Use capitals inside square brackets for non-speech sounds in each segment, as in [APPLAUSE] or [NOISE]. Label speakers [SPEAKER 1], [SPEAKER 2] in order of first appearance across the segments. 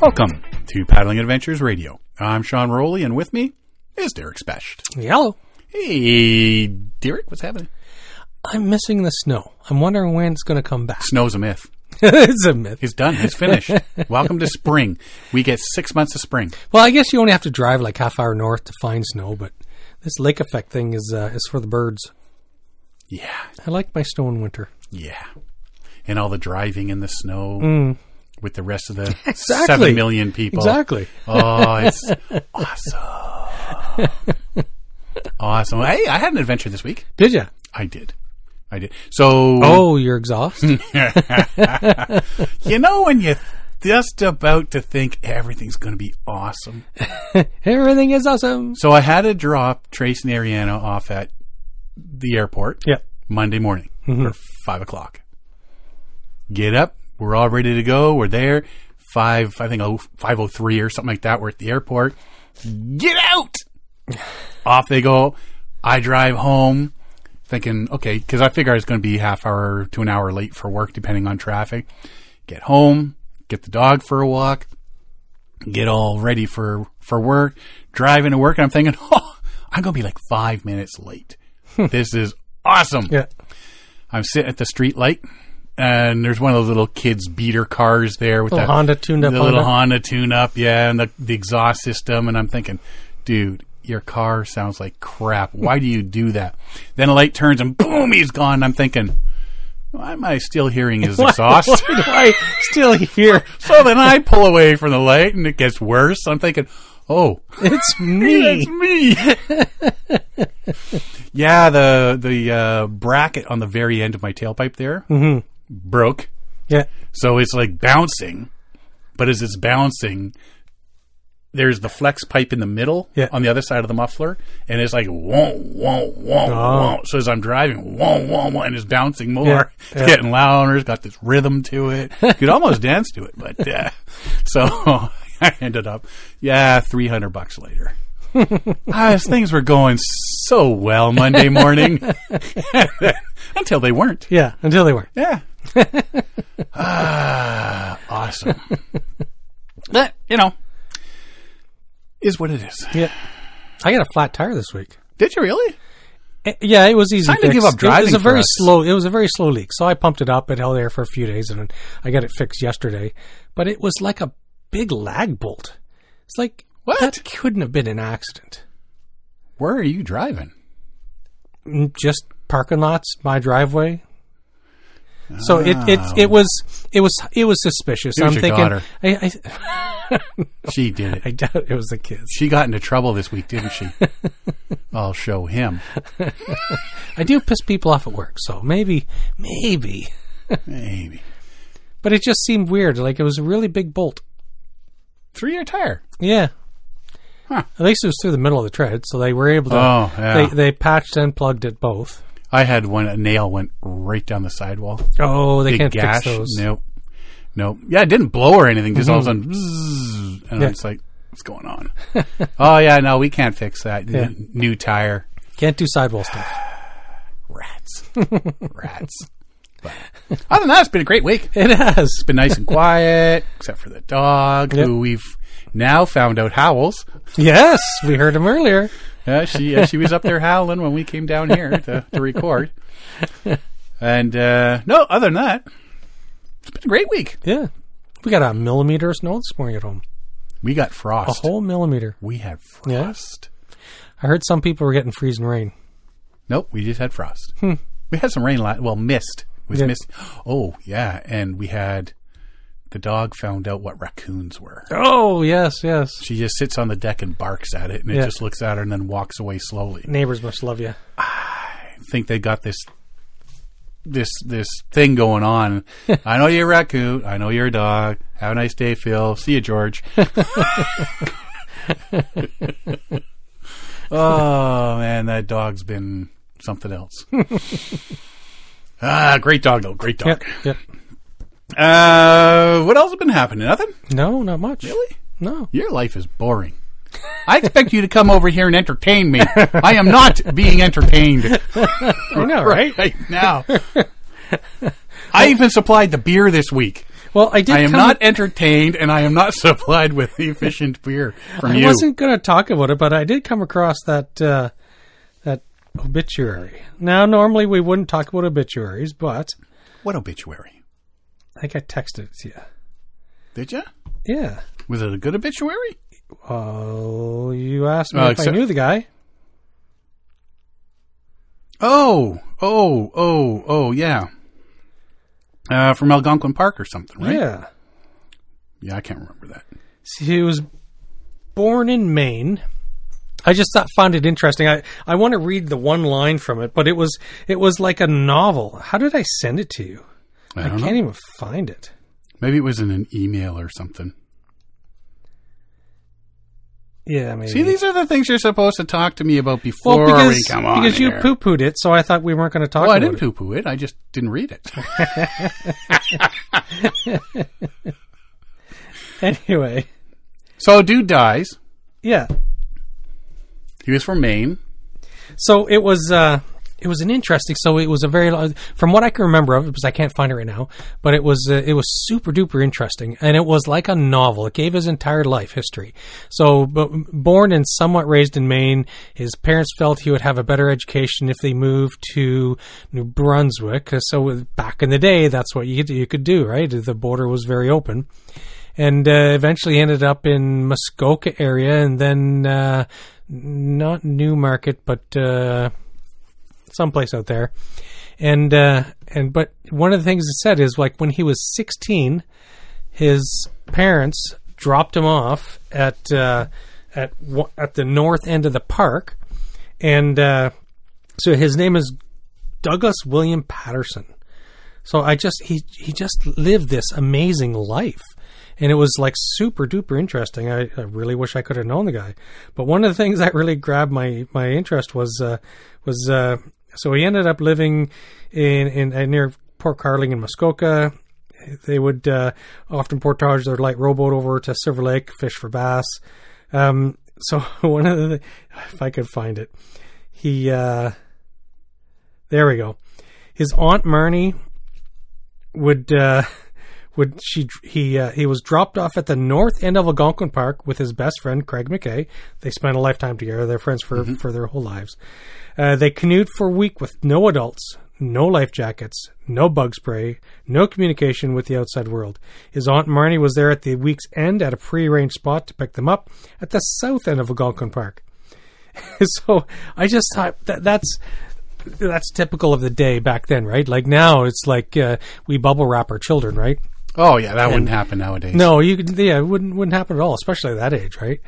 [SPEAKER 1] Welcome to Paddling Adventures Radio. I'm Sean Rowley, and with me is Derek Specht.
[SPEAKER 2] Yellow.
[SPEAKER 1] Hey, Derek, what's happening?
[SPEAKER 2] I'm missing the snow. I'm wondering when it's going to come back. [LAUGHS]
[SPEAKER 1] Snow's a myth.
[SPEAKER 2] it's a myth.
[SPEAKER 1] He's done. He's finished.
[SPEAKER 2] [LAUGHS]
[SPEAKER 1] Welcome to spring. We get six months of spring.
[SPEAKER 2] Well, I guess you only have to drive like half hour north to find snow, but this lake effect thing is uh, is for the birds.
[SPEAKER 1] Yeah,
[SPEAKER 2] I like my snow in winter.
[SPEAKER 1] yeah. And all the driving in the snow with the rest of the
[SPEAKER 2] Mm. [LAUGHS] Exactly.
[SPEAKER 1] seven million people.
[SPEAKER 2] Exactly.
[SPEAKER 1] Oh,
[SPEAKER 2] [LAUGHS]
[SPEAKER 1] it's awesome. awesome. Hey, I had an adventure this week.
[SPEAKER 2] Did you?
[SPEAKER 1] I did. I did. So,
[SPEAKER 2] Oh, you're exhausted.
[SPEAKER 1] [LAUGHS] you know, when you're just about to think everything's going to be awesome.
[SPEAKER 2] Everything is awesome.
[SPEAKER 1] So I had to drop Trace and Ariana off at the airport
[SPEAKER 2] Yeah.
[SPEAKER 1] Monday morning for five o'clock. Get up. We're all ready to go. We're there. Five, I think, oh, 503 or something like that. We're at the airport. Get out. [SIGHS] Off they go. I drive home thinking, okay, because I figure it's going to be half hour to an hour late for work, depending on traffic. Get home, get the dog for a walk, get all ready for, for work, drive into work. And I'm thinking, [LAUGHS] oh, I'm going to be like five minutes late. this is awesome.
[SPEAKER 2] Yeah.
[SPEAKER 1] I'm sitting at the street light, and there's one of those little kids beater cars there with
[SPEAKER 2] Little
[SPEAKER 1] that
[SPEAKER 2] Honda tuned up
[SPEAKER 1] the little
[SPEAKER 2] Honda.
[SPEAKER 1] Honda tune up, yeah, and the, the exhaust system. And I'm thinking, dude, your car sounds like crap. Why do you do that? Then a light turns, and boom, he's gone. And I'm thinking, why am I still hearing his
[SPEAKER 2] [LAUGHS] Why
[SPEAKER 1] exhaust?
[SPEAKER 2] do I still [LAUGHS] hear?
[SPEAKER 1] so then I pull away from the light, and it gets worse. I'm thinking, oh.
[SPEAKER 2] It's
[SPEAKER 1] It's
[SPEAKER 2] me.
[SPEAKER 1] me. [LAUGHS] yeah, the the uh, bracket on the very end of my tailpipe there broke,
[SPEAKER 2] Yeah.
[SPEAKER 1] so it's like bouncing. But as it's bouncing, there's the flex pipe in the middle
[SPEAKER 2] Yeah.
[SPEAKER 1] on the other side of the muffler, and it's like whoa, whoa, whoa,
[SPEAKER 2] Oh.
[SPEAKER 1] whoa. So as I'm driving, whoa, whoa, whoa, and it's bouncing more. [LAUGHS] It's
[SPEAKER 2] yeah.
[SPEAKER 1] getting louder. It's got this rhythm to it. You could almost [LAUGHS] dance to it, but uh, [LAUGHS] so I ended up, yeah, three hundred bucks
[SPEAKER 2] [LAUGHS]
[SPEAKER 1] later. Ah, things were going so well Monday morning
[SPEAKER 2] [LAUGHS]
[SPEAKER 1] [LAUGHS] until they weren't.
[SPEAKER 2] Yeah. Until they were.
[SPEAKER 1] Yeah. [LAUGHS] ah, awesome. [LAUGHS] that, you know, is what it is.
[SPEAKER 2] Yeah. I got a flat tire this week.
[SPEAKER 1] Did you really?
[SPEAKER 2] Eh, Yeah, it was easy.
[SPEAKER 1] Time to
[SPEAKER 2] fix.
[SPEAKER 1] give up
[SPEAKER 2] It was
[SPEAKER 1] driving
[SPEAKER 2] a
[SPEAKER 1] for
[SPEAKER 2] very
[SPEAKER 1] us.
[SPEAKER 2] slow. It was a very slow leak, so I pumped it up. It held there for a few days, and then I got it fixed yesterday. But it was like a big lag bolt. It's like
[SPEAKER 1] What?
[SPEAKER 2] that couldn't have been an accident.
[SPEAKER 1] Where are you driving?
[SPEAKER 2] Mm, Just parking lots, my driveway. So it, it it was it was it was suspicious.
[SPEAKER 1] It was
[SPEAKER 2] I'm
[SPEAKER 1] Oh. your
[SPEAKER 2] thinking
[SPEAKER 1] daughter.
[SPEAKER 2] I, I
[SPEAKER 1] She did it.
[SPEAKER 2] I doubt it was the kids.
[SPEAKER 1] She got into trouble this week, didn't [LAUGHS] she? I'll show him.
[SPEAKER 2] I do piss people off at work, so maybe maybe.
[SPEAKER 1] Maybe.
[SPEAKER 2] But it just seemed weird. Like it was a really big bolt.
[SPEAKER 1] Three year tire.
[SPEAKER 2] Yeah.
[SPEAKER 1] Huh.
[SPEAKER 2] At least it was through the middle of the tread, so they were able to.
[SPEAKER 1] Oh, yeah.
[SPEAKER 2] They, they patched and plugged it both.
[SPEAKER 1] I had one, a nail went right down the sidewall.
[SPEAKER 2] Oh, they
[SPEAKER 1] Big
[SPEAKER 2] can't
[SPEAKER 1] gash.
[SPEAKER 2] fix those.
[SPEAKER 1] Nope. Nope. Yeah, it didn't blow or anything. Just all of a sudden, bzzz, and
[SPEAKER 2] Yeah.
[SPEAKER 1] it's like, what's going on? [LAUGHS] oh, yeah, no, we can't fix that. N-
[SPEAKER 2] Yeah.
[SPEAKER 1] New tire.
[SPEAKER 2] Can't do sidewall stuff. [LAUGHS]
[SPEAKER 1] rats, rats. But other than that, it's been a great week. It's
[SPEAKER 2] It has.
[SPEAKER 1] been
[SPEAKER 2] [LAUGHS]
[SPEAKER 1] nice and quiet, except for the dog,
[SPEAKER 2] Yep.
[SPEAKER 1] who we've now found out howls.
[SPEAKER 2] Yes, we heard him earlier.
[SPEAKER 1] Uh, she uh, she was up there howling when we came down here to, to record. And uh, no, other than that, it's been a great week.
[SPEAKER 2] Yeah. We got a millimeter of snow this morning at home.
[SPEAKER 1] We got
[SPEAKER 2] A
[SPEAKER 1] frost.
[SPEAKER 2] whole millimeter.
[SPEAKER 1] We had
[SPEAKER 2] Yeah.
[SPEAKER 1] frost.
[SPEAKER 2] I heard some people were getting freezing rain.
[SPEAKER 1] Nope, we just had frost. We had some rain. La- well, mist. It was
[SPEAKER 2] Hmm. Yeah.
[SPEAKER 1] mist. Oh yeah, and we had the dog found out what raccoons were.
[SPEAKER 2] Oh, yes, yes.
[SPEAKER 1] She just sits on the deck and barks at it, and it
[SPEAKER 2] Yeah.
[SPEAKER 1] just looks at her and then walks away slowly.
[SPEAKER 2] Neighbors must love you.
[SPEAKER 1] I think they got this this this thing going
[SPEAKER 2] [LAUGHS]
[SPEAKER 1] on. I know you're a raccoon. I know you're a dog. Have a nice day, Phil. See you,
[SPEAKER 2] [LAUGHS]
[SPEAKER 1] George. oh man, that dog's been something
[SPEAKER 2] [LAUGHS]
[SPEAKER 1] else. ah, great dog though. Great
[SPEAKER 2] Yep,
[SPEAKER 1] dog.
[SPEAKER 2] yep.
[SPEAKER 1] Uh, what else has been happening? Nothing
[SPEAKER 2] No, not much.
[SPEAKER 1] really.
[SPEAKER 2] No.
[SPEAKER 1] Your life is boring. I expect you to come over here and entertain me. I am not being entertained [LAUGHS]
[SPEAKER 2] I know, right?
[SPEAKER 1] right now. I even supplied the beer this week.
[SPEAKER 2] Well, I did.
[SPEAKER 1] I am
[SPEAKER 2] come-
[SPEAKER 1] not entertained, and I am not [LAUGHS] supplied with efficient beer from
[SPEAKER 2] I
[SPEAKER 1] you.
[SPEAKER 2] wasn't going to talk about it, but I did come across that uh, that obituary. Now, normally we wouldn't talk about obituaries, but
[SPEAKER 1] What obituary?
[SPEAKER 2] I think I texted it to you.
[SPEAKER 1] Did you?
[SPEAKER 2] Yeah.
[SPEAKER 1] Was it a good obituary?
[SPEAKER 2] Well, you asked me
[SPEAKER 1] Oh,
[SPEAKER 2] if I
[SPEAKER 1] except-
[SPEAKER 2] knew the guy.
[SPEAKER 1] Oh, oh, oh, oh, yeah. Uh, from Algonquin Park or something, right?
[SPEAKER 2] Yeah.
[SPEAKER 1] Yeah, I can't remember that.
[SPEAKER 2] See, he was born in Maine. I just thought, found it interesting. I, I want to read the one line from it, but it was it was like a novel. How did I send it to you?
[SPEAKER 1] I
[SPEAKER 2] I
[SPEAKER 1] don't know.
[SPEAKER 2] can't even find it.
[SPEAKER 1] Maybe it was in an email or something.
[SPEAKER 2] Yeah, maybe.
[SPEAKER 1] See, these are the things you're supposed to talk to me about
[SPEAKER 2] well,
[SPEAKER 1] before
[SPEAKER 2] because,
[SPEAKER 1] we come on.
[SPEAKER 2] because you
[SPEAKER 1] here.
[SPEAKER 2] poo pooed it, so I thought we weren't going to talk
[SPEAKER 1] Well, I
[SPEAKER 2] about
[SPEAKER 1] didn't
[SPEAKER 2] it.
[SPEAKER 1] poo poo it. I just didn't read
[SPEAKER 2] [LAUGHS]
[SPEAKER 1] it.
[SPEAKER 2] Anyway,
[SPEAKER 1] so, a dude dies.
[SPEAKER 2] yeah.
[SPEAKER 1] He was from Maine.
[SPEAKER 2] So it was uh, it was an interesting. So it was a very long- from what I can remember of it because I can't find it right now. But it was uh, it was super duper interesting, and it was like a novel. It gave his entire life history. So b- born and somewhat raised in Maine, his parents felt he would have a better education if they moved to New Brunswick. Uh, So with- back in the day, that's what you could, you could do, right? The border was very open. And uh, eventually ended up in Muskoka area, and then uh, not Newmarket, but uh, someplace out there. And uh, and but one of the things it said is like when he was 16, his parents dropped him off at uh, at wa- at the north end of the park, and uh, so his name is Douglas William Patterson. So I just he he just lived this amazing life, and it was like super duper interesting. I, I really wish I could have known the guy, but one of the things [LAUGHS] that really grabbed my my interest was uh, was uh, so he ended up living in in, uh, near Port Carling in Muskoka. They would uh, often portage their light rowboat over to Silver Lake, fish for bass. Um, so [LAUGHS] one of the if I could find it, he uh, there we go. His aunt Marnie would uh, [LAUGHS] would she he uh, he was dropped off at the north end of Algonquin Park with his best friend Craig McKay. They spent a lifetime together. They're friends for for their whole lives. Uh, they canoed for a week with no adults, no life jackets, no bug spray, no communication with the outside world. His aunt Marnie was there at the week's end at a prearranged spot to pick them up at the south end of Algonquin Park. [LAUGHS] so I just thought that that's that's typical of the day back then, right? Like now, it's like uh, we bubble wrap our children, right?
[SPEAKER 1] Oh, yeah, that wouldn't happen nowadays.
[SPEAKER 2] No, you could- yeah, it wouldn't wouldn't happen at all, especially at that age, right?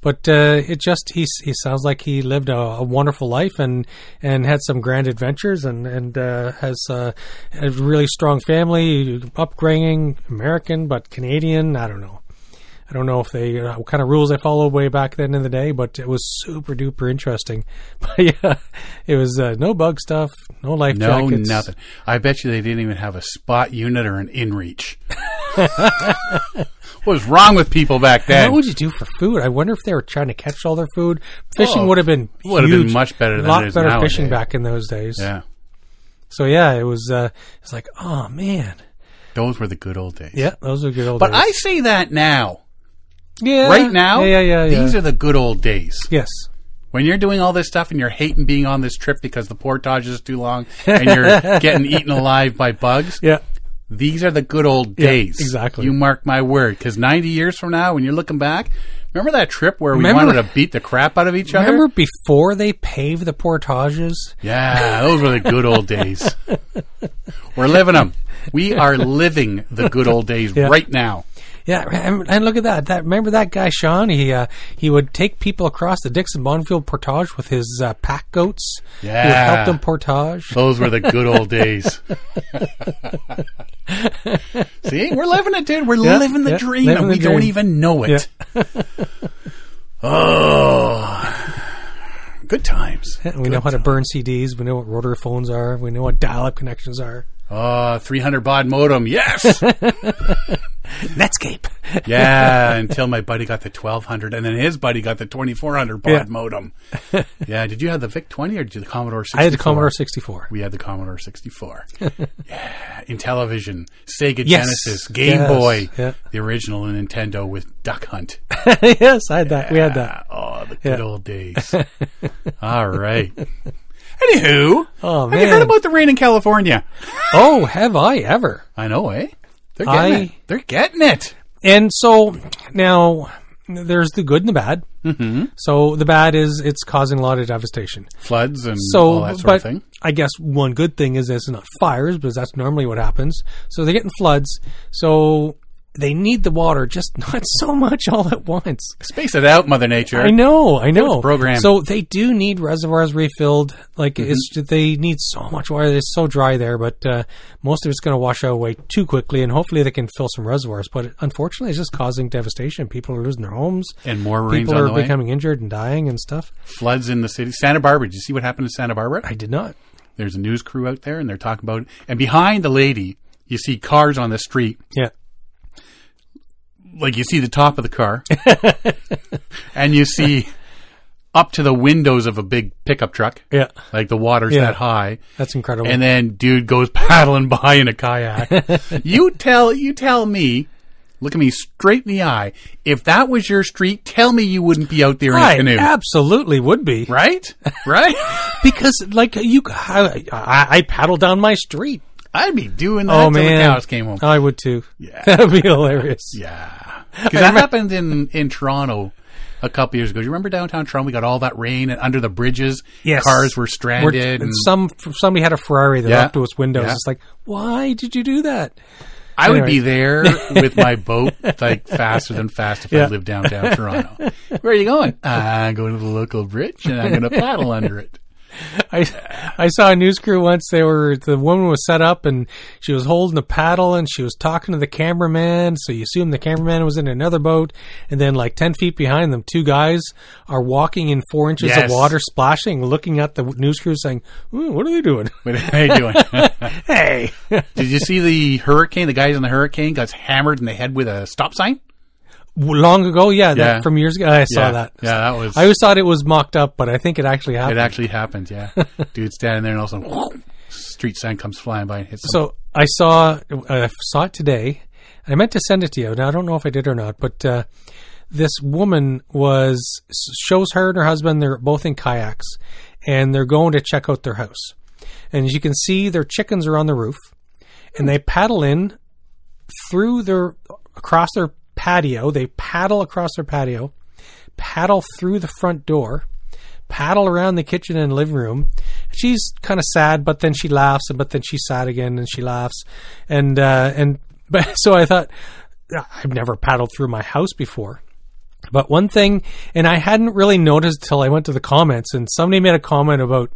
[SPEAKER 2] But uh, it just he he sounds like he lived a, a wonderful life and and had some grand adventures and and uh, has uh, a really strong family, upbringing, American but Canadian. I don't know. I don't know if they uh, what kind of rules they followed way back then in the day, but it was super duper interesting. [LAUGHS] But yeah, it was uh, no bug stuff, no life
[SPEAKER 1] No,
[SPEAKER 2] jackets,
[SPEAKER 1] nothing. I bet you they didn't even have a spot unit or an in
[SPEAKER 2] [LAUGHS]
[SPEAKER 1] reach. what was wrong with people back then?
[SPEAKER 2] What would you do for food? I wonder if they were trying to catch all their food. Fishing
[SPEAKER 1] Oh,
[SPEAKER 2] would have been
[SPEAKER 1] would have been
[SPEAKER 2] huge.
[SPEAKER 1] much better than
[SPEAKER 2] a
[SPEAKER 1] it
[SPEAKER 2] lot
[SPEAKER 1] is
[SPEAKER 2] better
[SPEAKER 1] nowadays.
[SPEAKER 2] fishing back in those days.
[SPEAKER 1] yeah,
[SPEAKER 2] So yeah, it was. Uh, it's like, oh man,
[SPEAKER 1] those were the good old days.
[SPEAKER 2] yeah, those are good old
[SPEAKER 1] But
[SPEAKER 2] days.
[SPEAKER 1] I say that now.
[SPEAKER 2] yeah,
[SPEAKER 1] Right now,
[SPEAKER 2] yeah, yeah, yeah. yeah.
[SPEAKER 1] these are the good old days.
[SPEAKER 2] yes,
[SPEAKER 1] When you're doing all this stuff and you're hating being on this trip because the portage is too long and
[SPEAKER 2] [LAUGHS]
[SPEAKER 1] you're getting eaten alive by bugs,
[SPEAKER 2] yeah.
[SPEAKER 1] these are the good old days.
[SPEAKER 2] exactly.
[SPEAKER 1] You mark my word, because 90 years from now, when you're looking back, remember that trip where we
[SPEAKER 2] Remember-
[SPEAKER 1] wanted to beat the crap out of each other?
[SPEAKER 2] Remember before they paved the portages?
[SPEAKER 1] Yeah, those were the good old
[SPEAKER 2] [LAUGHS]
[SPEAKER 1] days. We're living them. We are living the good old days right now.
[SPEAKER 2] Yeah, and, and look at that. That remember that guy Sean? He uh, he would take people across the Dixon Bonfield portage with his uh, pack goats. he would
[SPEAKER 1] Yeah.
[SPEAKER 2] help them portage.
[SPEAKER 1] Those were the good old
[SPEAKER 2] [LAUGHS]
[SPEAKER 1] days. See, we're living it, dude. We're living the
[SPEAKER 2] yeah,
[SPEAKER 1] dream,
[SPEAKER 2] living
[SPEAKER 1] and
[SPEAKER 2] the
[SPEAKER 1] we don't
[SPEAKER 2] dream.
[SPEAKER 1] even know it. [LAUGHS] oh, good times.
[SPEAKER 2] We know how to burn CDs. We know what rotary phones are. We know what dial-up connections are.
[SPEAKER 1] Uh, 300 baud modem.
[SPEAKER 2] [LAUGHS]
[SPEAKER 1] Yes.
[SPEAKER 2] Netscape.
[SPEAKER 1] yeah. Until my buddy got the 1200 and then his buddy got the 2400 baud
[SPEAKER 2] Yeah.
[SPEAKER 1] modem. Yeah. Did you have the VIC 20 or did you the Commodore 64?
[SPEAKER 2] I had the Commodore 64.
[SPEAKER 1] We had the Commodore
[SPEAKER 2] [LAUGHS]
[SPEAKER 1] 64. yeah. Intellivision, Sega
[SPEAKER 2] Yes.
[SPEAKER 1] Genesis, Game
[SPEAKER 2] Yes.
[SPEAKER 1] Boy,
[SPEAKER 2] Yeah.
[SPEAKER 1] the original Nintendo with Duck Hunt.
[SPEAKER 2] [LAUGHS] yes, I had that. We had that.
[SPEAKER 1] Ah, [LAUGHS] oh, the good old
[SPEAKER 2] [LAUGHS]
[SPEAKER 1] days. All right. Anywho,
[SPEAKER 2] Oh,
[SPEAKER 1] have you heard
[SPEAKER 2] man.
[SPEAKER 1] about the rain in California?
[SPEAKER 2] [LAUGHS] Oh, have I ever?
[SPEAKER 1] I know, eh? They're getting
[SPEAKER 2] I-
[SPEAKER 1] it. They're getting it.
[SPEAKER 2] And so now there's the good and the bad. Mm-hmm. Mm, So the bad is it's causing a lot of devastation.
[SPEAKER 1] Floods and
[SPEAKER 2] So,
[SPEAKER 1] all that sort
[SPEAKER 2] but
[SPEAKER 1] of thing.
[SPEAKER 2] I guess one good thing is it's not fires because that's normally what happens. So they're getting floods. So they need the water, just [LAUGHS] not so much all at once.
[SPEAKER 1] Space it out, Mother Nature.
[SPEAKER 2] I know, I know.
[SPEAKER 1] programmed. Mm-hmm.
[SPEAKER 2] So they do need reservoirs refilled. Like it's they need so much water. It's so dry there, but uh, most of it's going to wash out away too quickly. And hopefully they can fill some reservoirs. But unfortunately, it's just causing devastation. People are losing their homes.
[SPEAKER 1] And more rains
[SPEAKER 2] People
[SPEAKER 1] on
[SPEAKER 2] are
[SPEAKER 1] the way.
[SPEAKER 2] becoming injured and dying and stuff.
[SPEAKER 1] Floods in the city. Santa Barbara. Did you see what happened to Santa Barbara?
[SPEAKER 2] I did not.
[SPEAKER 1] There's a news crew out there, and they're talking about. And behind the lady, you see cars on the street.
[SPEAKER 2] Yeah.
[SPEAKER 1] Like you see the top of the
[SPEAKER 2] [LAUGHS]
[SPEAKER 1] car, and you see up to the windows of a big pickup truck.
[SPEAKER 2] Yeah.
[SPEAKER 1] Like the water's
[SPEAKER 2] Yeah.
[SPEAKER 1] that high.
[SPEAKER 2] That's incredible.
[SPEAKER 1] and then dude goes [LAUGHS] paddling by in a
[SPEAKER 2] [LAUGHS]
[SPEAKER 1] kayak. you tell you tell me, look at me straight in the eye. If that was your street, tell me you wouldn't be out there
[SPEAKER 2] right.
[SPEAKER 1] in a canoe,
[SPEAKER 2] Absolutely would be.
[SPEAKER 1] right?
[SPEAKER 2] [LAUGHS]
[SPEAKER 1] Right?
[SPEAKER 2] Because like you I, I, I paddle down my street.
[SPEAKER 1] I'd be doing that
[SPEAKER 2] Oh
[SPEAKER 1] till
[SPEAKER 2] man.
[SPEAKER 1] the cows came home.
[SPEAKER 2] I would too. Yeah. [LAUGHS] That would be hilarious.
[SPEAKER 1] yeah, because that happened in in Toronto. A couple years ago, you remember downtown Toronto? We got all that rain, and under the bridges,
[SPEAKER 2] Yes.
[SPEAKER 1] cars were
[SPEAKER 2] Or
[SPEAKER 1] stranded.
[SPEAKER 2] t-
[SPEAKER 1] and
[SPEAKER 2] some somebody had a Ferrari that
[SPEAKER 1] Yeah.
[SPEAKER 2] up to its windows.
[SPEAKER 1] Yeah.
[SPEAKER 2] It's like, why did you do that? [LAUGHS]
[SPEAKER 1] I would
[SPEAKER 2] Anyway.
[SPEAKER 1] be
[SPEAKER 2] [LAUGHS]
[SPEAKER 1] there with my boat like faster than fast if I
[SPEAKER 2] Yeah.
[SPEAKER 1] lived downtown Toronto. Where are you going? I'm going to the local bridge and I'm going to paddle under it.
[SPEAKER 2] I I saw a news crew once. They were the woman was set up and she was holding a paddle and she was talking to the cameraman. So you assume the cameraman was in another boat, and then like ten feet behind them, two guys are walking in four inches
[SPEAKER 1] Yes.
[SPEAKER 2] of water, splashing, looking at the news crew, saying, Ooh, "What are they doing?" [LAUGHS]
[SPEAKER 1] What are you doing? [LAUGHS]
[SPEAKER 2] Hey,
[SPEAKER 1] Did you see the hurricane? The guys in the hurricane got hammered in the head with a stop sign.
[SPEAKER 2] long ago, yeah,
[SPEAKER 1] Yeah.
[SPEAKER 2] That, from years ago, I saw
[SPEAKER 1] yeah,
[SPEAKER 2] Oh, that.
[SPEAKER 1] Yeah, that was.
[SPEAKER 2] I always thought it was mocked up, but I think it actually happened.
[SPEAKER 1] it actually happened.
[SPEAKER 2] [LAUGHS]
[SPEAKER 1] Yeah, dude standing there and all of a sudden, [LAUGHS] street sign comes flying by and hits. him.
[SPEAKER 2] So I saw I saw it today. I meant to send it to you. Now I don't know if I did or not, but uh, this woman was shows her and her husband. They're both in kayaks, and they're going to check out their house. And as you can see, their chickens are on the roof, and they paddle in through their across their patio. They paddle across their patio, paddle through the front door, paddle around the kitchen and living room. She's kind of sad, but then she laughs, but then she's sad again, and she laughs, and uh, and [LAUGHS] but so I thought I've never paddled through my house before. But one thing, and I hadn't really noticed till I went to the comments, and somebody made a comment about,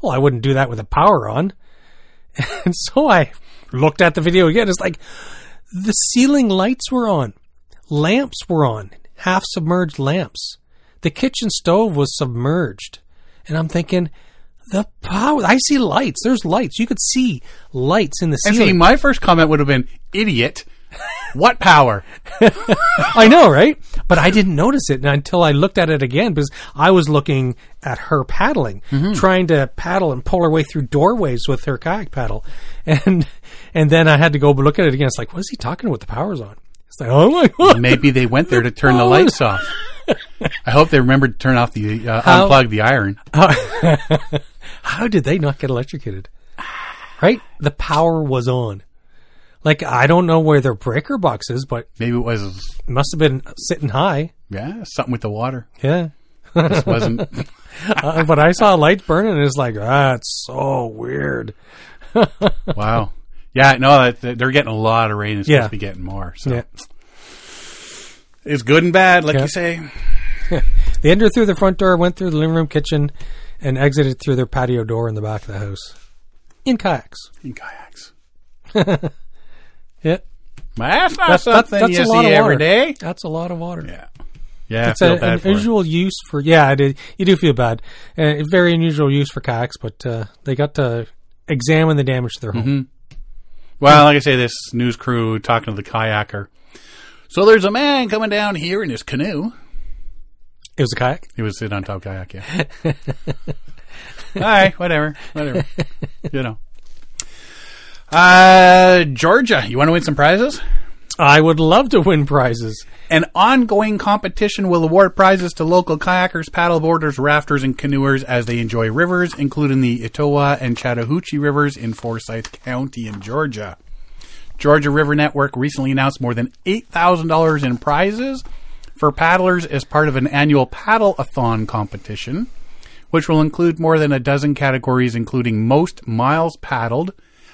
[SPEAKER 2] well, I wouldn't do that with the power on. [LAUGHS] And so I looked at the video again. It's like the ceiling lights were on, lamps were on, half submerged lamps. The kitchen stove was submerged. And I'm thinking, the power. I see lights. There's lights. You could see lights in the
[SPEAKER 1] and
[SPEAKER 2] ceiling.
[SPEAKER 1] see, my first comment would have been, "Idiot, what power?"
[SPEAKER 2] I know, right? But I didn't notice it until I looked at it again because I was looking at her paddling, trying to paddle and pull her way through doorways with her kayak paddle, [LAUGHS] and and then I had to go look at it again. It's like, what is he talking about? The power's on. It's like, oh my god,
[SPEAKER 1] Maybe they went there to turn the
[SPEAKER 2] [LAUGHS]
[SPEAKER 1] lights off. I hope they remembered to turn off the uh,
[SPEAKER 2] How-
[SPEAKER 1] unplug the iron.
[SPEAKER 2] [LAUGHS] how did they not get electrocuted? [SIGHS] Right, the power was on. Like I don't know where their breaker box is, but
[SPEAKER 1] Maybe it was
[SPEAKER 2] it must have been sitting high.
[SPEAKER 1] yeah something with the water.
[SPEAKER 2] Yeah.
[SPEAKER 1] This wasn't. [LAUGHS]
[SPEAKER 2] Uh, but I saw lights burning, and it's like, ah, it's so weird.
[SPEAKER 1] wow. Yeah, no, that- that- they're getting a lot of rain. It's
[SPEAKER 2] Yeah.
[SPEAKER 1] supposed to be getting more. So
[SPEAKER 2] Yeah.
[SPEAKER 1] it's good and bad, like
[SPEAKER 2] Yeah.
[SPEAKER 1] you say.
[SPEAKER 2] They entered through the front door, went through the living room, kitchen, and exited through their patio door in the back of the house in kayaks.
[SPEAKER 1] In kayaks.
[SPEAKER 2] Yeah,
[SPEAKER 1] Well, that's not
[SPEAKER 2] That's- that's-
[SPEAKER 1] something
[SPEAKER 2] that's
[SPEAKER 1] you
[SPEAKER 2] a lot
[SPEAKER 1] see
[SPEAKER 2] of
[SPEAKER 1] every
[SPEAKER 2] water.
[SPEAKER 1] day.
[SPEAKER 2] that's a lot of water.
[SPEAKER 1] Yeah. Yeah,
[SPEAKER 2] It's
[SPEAKER 1] I feel
[SPEAKER 2] a,
[SPEAKER 1] bad
[SPEAKER 2] an
[SPEAKER 1] for 'em.
[SPEAKER 2] unusual use for yeah, it is, you do feel bad.
[SPEAKER 1] Mm-hmm.
[SPEAKER 2] Uh, very unusual use for kayaks, but uh, they got to examine the damage to their home.
[SPEAKER 1] Well, like I say, this news crew talking to the kayaker. So there's a man coming down here in his canoe.
[SPEAKER 2] It was a kayak.
[SPEAKER 1] He was sitting on top kayak, yeah. All right, whatever, whatever. You know. Uh, Georgia, you want to win some prizes?
[SPEAKER 2] I would love to win prizes.
[SPEAKER 1] An ongoing competition will award prizes to local kayakers, paddleboarders, rafters, and canoers as they enjoy rivers, including the Etowah and Chattahoochee rivers in Forsyth County in Georgia. Georgia River Network recently announced more than $8,000 in prizes for paddlers as part of an annual paddle-a-thon competition, which will include more than a dozen categories including most miles paddled,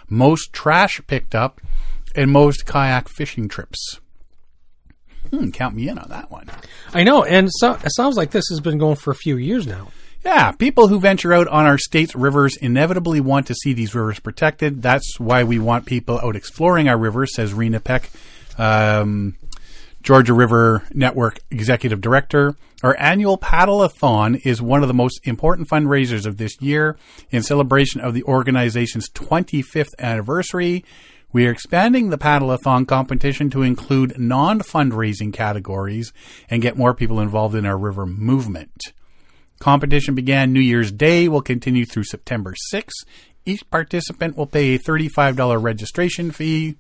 [SPEAKER 1] most trash picked up, and most kayak fishing trips. Hmm, count me in on that one.
[SPEAKER 2] I know, and so it sounds like this has been going for a few years now.
[SPEAKER 1] Yeah, people who venture out on our state's rivers inevitably want to see these rivers protected. That's why we want people out exploring our rivers, says Rena Peck, um, Georgia River Network Executive Director. Our annual Paddle-a-thon is one of the most important fundraisers of this year in celebration of the organization's 25th anniversary. We are expanding the Paddle-a-thon competition to include non-fundraising categories and get more people involved in our river movement. Competition began New Year's Day, will continue through September 6th. Each participant will pay a $35 registration fee.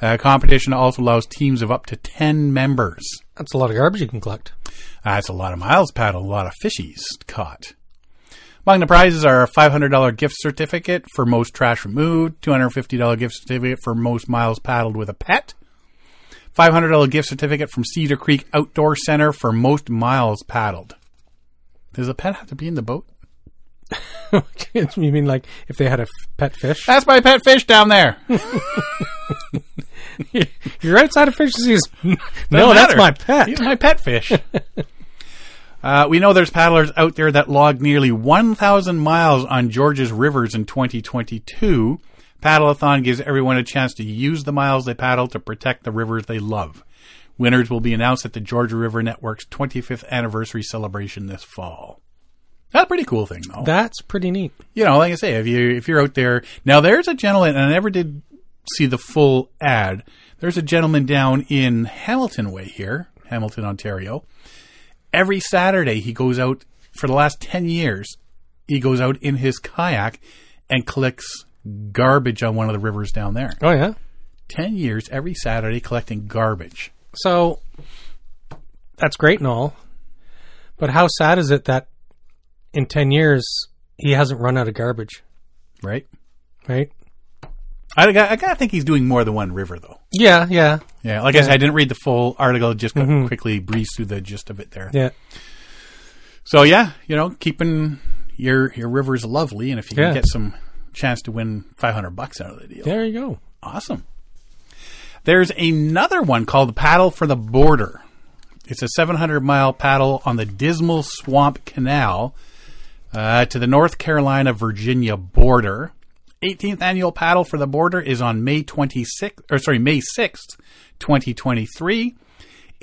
[SPEAKER 1] Uh, competition also allows teams of up to 10 members.
[SPEAKER 2] That's a lot of garbage you can collect. [LAUGHS]
[SPEAKER 1] Uh, That's a lot of miles paddled, a lot of fishies caught. Among the prizes are a $500 gift certificate for most trash removed, $250 gift certificate for most miles paddled with a pet, $500 gift certificate from Cedar Creek Outdoor Center for most miles paddled. Does the pet have to be in the boat?
[SPEAKER 2] you mean like if they had a f- pet fish?
[SPEAKER 1] That's my pet fish down there.
[SPEAKER 2] [LAUGHS] You're outside of fish [LAUGHS] disease. no, that's
[SPEAKER 1] matter.
[SPEAKER 2] my pet.
[SPEAKER 1] He's my pet fish. [LAUGHS] uh, we know there's paddlers out there that logged nearly 1,000 miles on Georgia's rivers in 2022. Paddleathon gives everyone a chance to use the miles they paddle to protect the rivers they love. Winners will be announced at the Georgia River Network's 25th anniversary celebration this fall. That's a pretty cool thing, though
[SPEAKER 2] That's pretty neat.
[SPEAKER 1] you know, like I say, if you if you're out there now, there's a gentleman, and I never did see the full ad. There's a gentleman down in Hamilton Way here, Hamilton, Ontario. Every Saturday, he goes out for the last ten years. He goes out in his kayak and collects garbage on one of the rivers down there.
[SPEAKER 2] Oh yeah.
[SPEAKER 1] Ten years every Saturday collecting garbage.
[SPEAKER 2] So that's great and all, but how sad is it that in ten years he hasn't run out of garbage,
[SPEAKER 1] Right?
[SPEAKER 2] right?
[SPEAKER 1] I, I gotta think he's doing more than one river though.
[SPEAKER 2] Yeah, yeah,
[SPEAKER 1] Yeah, like I said, I didn't read the full article. Just got- quickly breezed through the gist of it there.
[SPEAKER 2] yeah.
[SPEAKER 1] So yeah, you know, keeping your your rivers lovely, and if you
[SPEAKER 2] Yeah.
[SPEAKER 1] can get some chance to win five hundred bucks out of the deal,
[SPEAKER 2] There you go.
[SPEAKER 1] awesome. There's another one called the Paddle for the Border. It's a 700 mile paddle on the Dismal Swamp Canal uh, to the North Carolina Virginia border. 18th annual Paddle for the Border is on May 26th, or sorry, May 6th, 2023.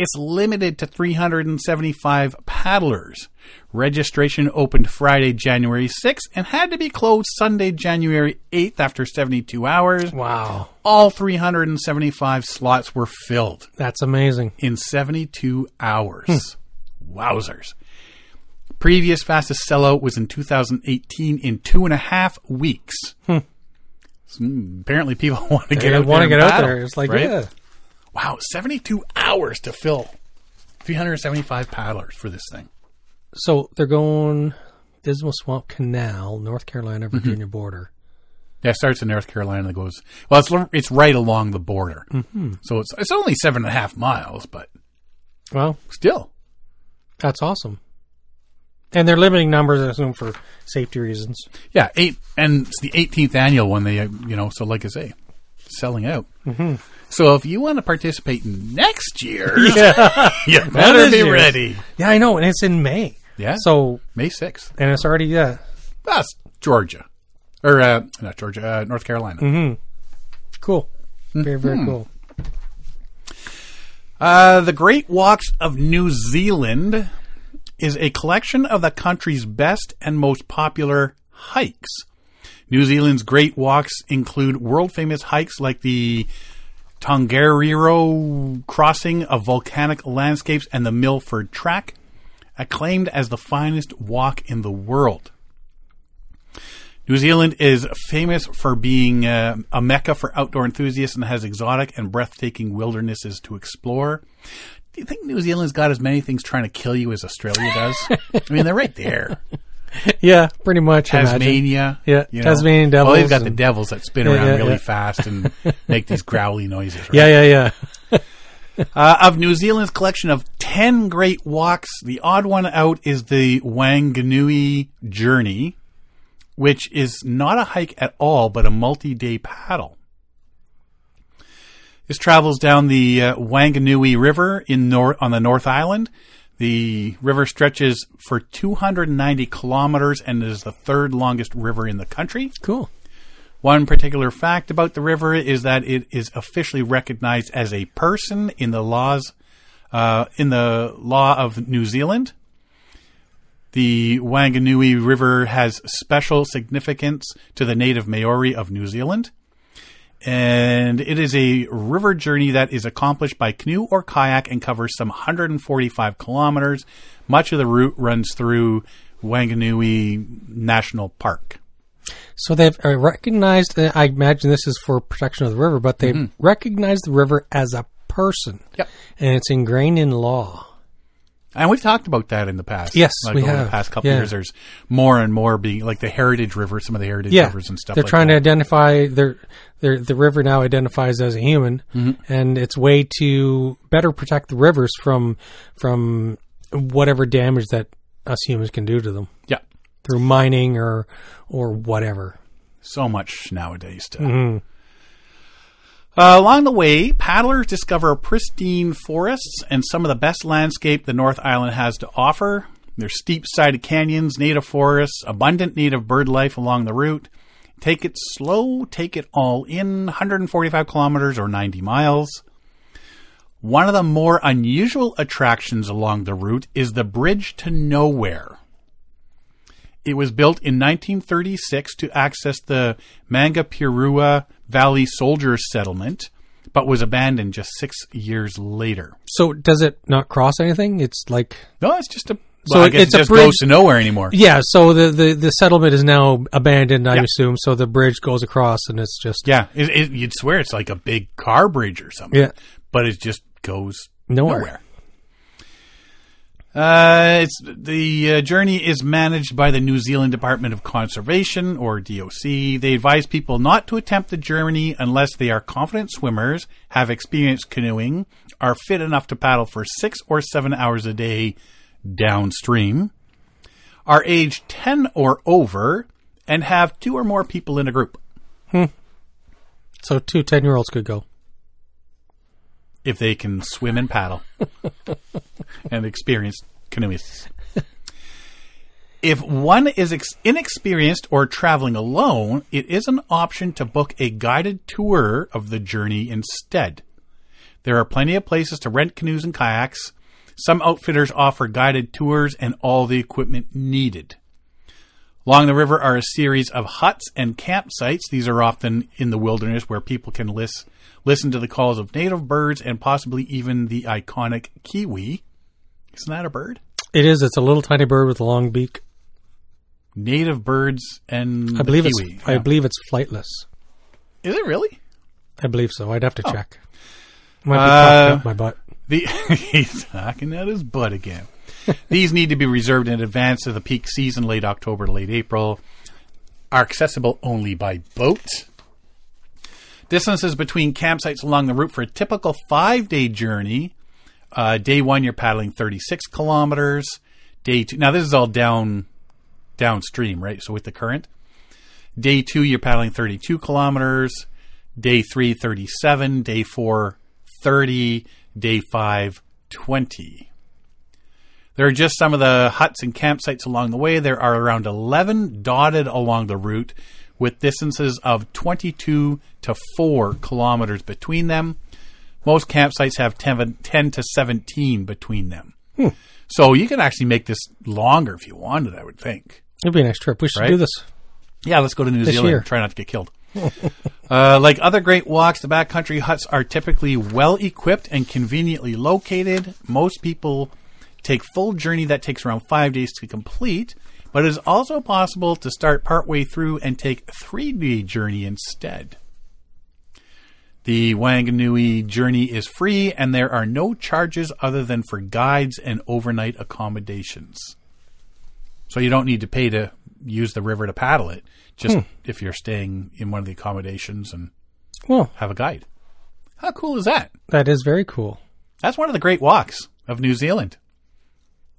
[SPEAKER 1] It's limited to 375 paddlers. Registration opened Friday, January 6th, and had to be closed Sunday, January 8th after 72 hours
[SPEAKER 2] Wow,
[SPEAKER 1] all 375 slots were filled
[SPEAKER 2] that's amazing.
[SPEAKER 1] in 72 hours.
[SPEAKER 2] Hmm.
[SPEAKER 1] Wowzers. Previous fastest sellout was in 2018 in two and a half weeks.
[SPEAKER 2] Hmm.
[SPEAKER 1] So, mm, apparently, people [LAUGHS] want to get
[SPEAKER 2] I
[SPEAKER 1] out
[SPEAKER 2] want to
[SPEAKER 1] there.
[SPEAKER 2] get
[SPEAKER 1] and
[SPEAKER 2] out
[SPEAKER 1] battle,
[SPEAKER 2] there. It's like
[SPEAKER 1] right?
[SPEAKER 2] yeah,
[SPEAKER 1] Wow, 72 hours to fill 375 paddlers for this thing.
[SPEAKER 2] So they're going Dismal Swamp Canal, North Carolina, Virginia border.
[SPEAKER 1] Yeah, it starts in North Carolina and goes, well, it's, it's right along the border.
[SPEAKER 2] Mm-hmm.
[SPEAKER 1] So it's, it's only seven and a half miles, but
[SPEAKER 2] Well,
[SPEAKER 1] still.
[SPEAKER 2] that's awesome. And they're limiting numbers, I assume, for safety reasons.
[SPEAKER 1] [LAUGHS] Yeah, eight, and it's the 18th annual one. They, uh, you know, so like I say, selling out. Mm-hmm. So if you want to participate next year, you better
[SPEAKER 2] is
[SPEAKER 1] be
[SPEAKER 2] yours.
[SPEAKER 1] ready.
[SPEAKER 2] [LAUGHS] Yeah, I know, and it's in May.
[SPEAKER 1] Yeah.
[SPEAKER 2] So,
[SPEAKER 1] May 6th.
[SPEAKER 2] and it's already yeah.
[SPEAKER 1] That's Georgia, or uh, not Georgia, uh, North Carolina.
[SPEAKER 2] Cool. Very, very
[SPEAKER 1] Hmm.
[SPEAKER 2] cool.
[SPEAKER 1] Uh, the Great Walks of New Zealand is a collection of the country's best and most popular hikes. New Zealand's great walks include world famous hikes like the Tongariro crossing of volcanic landscapes and the Milford Track, acclaimed as the finest walk in the world. New Zealand is famous for being uh, a mecca for outdoor enthusiasts and has exotic and breathtaking wildernesses to explore. Do you think New Zealand's got as many things trying to kill you as Australia does? I mean, they're right there.
[SPEAKER 2] yeah, pretty much. I [LAUGHS] imagine.
[SPEAKER 1] Tasmania.
[SPEAKER 2] Yeah,
[SPEAKER 1] you
[SPEAKER 2] Tasmanian
[SPEAKER 1] Well, they've
[SPEAKER 2] devils
[SPEAKER 1] got the
[SPEAKER 2] and-
[SPEAKER 1] devils that spin
[SPEAKER 2] Yeah,
[SPEAKER 1] around
[SPEAKER 2] yeah,
[SPEAKER 1] really
[SPEAKER 2] yeah.
[SPEAKER 1] fast
[SPEAKER 2] [LAUGHS]
[SPEAKER 1] and make these growly noises. right?
[SPEAKER 2] Yeah, yeah, yeah.
[SPEAKER 1] Uh, of New Zealand's collection of 10 great walks, the odd one out is the Wanganui Journey, which is not a hike at all, but a multi day paddle. This travels down the uh, Wanganui River in nor- on the North Island. The river stretches for 290 kilometers and is the third longest river in the country.
[SPEAKER 2] Cool.
[SPEAKER 1] One particular fact about the river is that it is officially recognized as a person in the laws uh, in the law of New Zealand. The Wanganui River has special significance to the native Maori of New Zealand. And it is a river journey that is accomplished by canoe or kayak and covers some 145 kilometers. Much of the route runs through Wanganui National Park.
[SPEAKER 2] So they've uh, recognized. uh, I imagine this is for protection of the river, but they have recognized the river as a person.
[SPEAKER 1] Mm-hmm. Yep.
[SPEAKER 2] and it's ingrained in law.
[SPEAKER 1] And we've talked about that in the past.
[SPEAKER 2] Yes,
[SPEAKER 1] like
[SPEAKER 2] we
[SPEAKER 1] over
[SPEAKER 2] have.
[SPEAKER 1] the past couple
[SPEAKER 2] Yeah.
[SPEAKER 1] years, there's more and more being like the heritage river, some of the heritage
[SPEAKER 2] Yeah,
[SPEAKER 1] rivers and stuff.
[SPEAKER 2] They're
[SPEAKER 1] like
[SPEAKER 2] trying to
[SPEAKER 1] that.
[SPEAKER 2] identify their their the river now identifies as a human,
[SPEAKER 1] Mm-hmm.
[SPEAKER 2] and it's way to better protect the rivers from from whatever damage that us humans can do to them
[SPEAKER 1] yeah,
[SPEAKER 2] through mining or or whatever.
[SPEAKER 1] so much nowadays. To, uh, along the way, paddlers discover pristine forests and some of the best landscape the North Island has to offer. There's steep-sided canyons, native forests, abundant native bird life along the route. Take it slow, take it all in. 145 kilometers or 90 miles. One of the more unusual attractions along the route is the Bridge to Nowhere. It was built in 1936 to access the Mangapirua Valley Soldiers Settlement, but was abandoned just six years later.
[SPEAKER 2] So does it not cross anything? It's like
[SPEAKER 1] No, it's just a.
[SPEAKER 2] So
[SPEAKER 1] well, I guess
[SPEAKER 2] it's
[SPEAKER 1] it
[SPEAKER 2] a
[SPEAKER 1] just
[SPEAKER 2] bridge-
[SPEAKER 1] goes to nowhere anymore.
[SPEAKER 2] yeah. So the the, the settlement is now abandoned, I assume. So the bridge goes across, and it's just
[SPEAKER 1] Yeah, it, it, you'd swear it's like a big car bridge or something.
[SPEAKER 2] Yeah.
[SPEAKER 1] but it just goes
[SPEAKER 2] Nowhere.
[SPEAKER 1] nowhere. Uh, it's the uh, journey is managed by the New Zealand Department of Conservation or DOC. They advise people not to attempt the journey unless they are confident swimmers, have experience canoeing, are fit enough to paddle for six or seven hours a day downstream, are age ten or over, and have two or more people in a group.
[SPEAKER 2] so two 10 year olds could go.
[SPEAKER 1] if they can swim and paddle and experienced canoeists. If one is ex- inexperienced or traveling alone, it is an option to book a guided tour of the journey instead. There are plenty of places to rent canoes and kayaks. Some outfitters offer guided tours and all the equipment needed. Along the river are a series of huts and campsites. These are often in the wilderness where people can lis- listen to the calls of native birds and possibly even the iconic kiwi. Isn't that a bird?
[SPEAKER 2] It is. It's a little tiny bird with a long beak.
[SPEAKER 1] Native birds and
[SPEAKER 2] I believe it's
[SPEAKER 1] Mm, kiwi.
[SPEAKER 2] I believe it's flightless.
[SPEAKER 1] Is it really?
[SPEAKER 2] I believe so. I'd have to check. Might be
[SPEAKER 1] Oh. Uh,
[SPEAKER 2] popping up my butt.
[SPEAKER 1] The [LAUGHS] he's knocking out his butt again. These need to be reserved in advance of the peak season, late October to late April. Are accessible only by boat. Distances between campsites along the route for a typical five-day journey. Uh, day one, you're paddling 36 kilometers. Day two, now this is all down downstream, right? So with the current. Day two, you're paddling 32 kilometers. Day three, 37. Day four, 30. Day five, 20. There are just some of the huts and campsites along the way. There are around 11 dotted along the route with distances of 22 to 4 kilometers between them. Most campsites have 10, 10 to 17 between them. So you can actually make this longer if you wanted, I would think.
[SPEAKER 2] It'd be a nice trip. We should
[SPEAKER 1] Right?
[SPEAKER 2] do this.
[SPEAKER 1] Yeah, let's go to New
[SPEAKER 2] This
[SPEAKER 1] Zealand.
[SPEAKER 2] year.
[SPEAKER 1] Try not to get killed. [LAUGHS] uh, like other great walks, the backcountry huts are typically well equipped and conveniently located. Most people take full journey that takes around five days to complete, but it is also possible to start partway through and take three day journey instead. The Wanganui journey is free, and there are no charges other than for guides and overnight accommodations. So you don't need to pay to use the river to paddle it. Just
[SPEAKER 2] Hmm.
[SPEAKER 1] if you're staying in one of the accommodations and
[SPEAKER 2] Well,
[SPEAKER 1] have a guide. How cool is that?
[SPEAKER 2] that is very cool.
[SPEAKER 1] That's one of the great walks of New Zealand.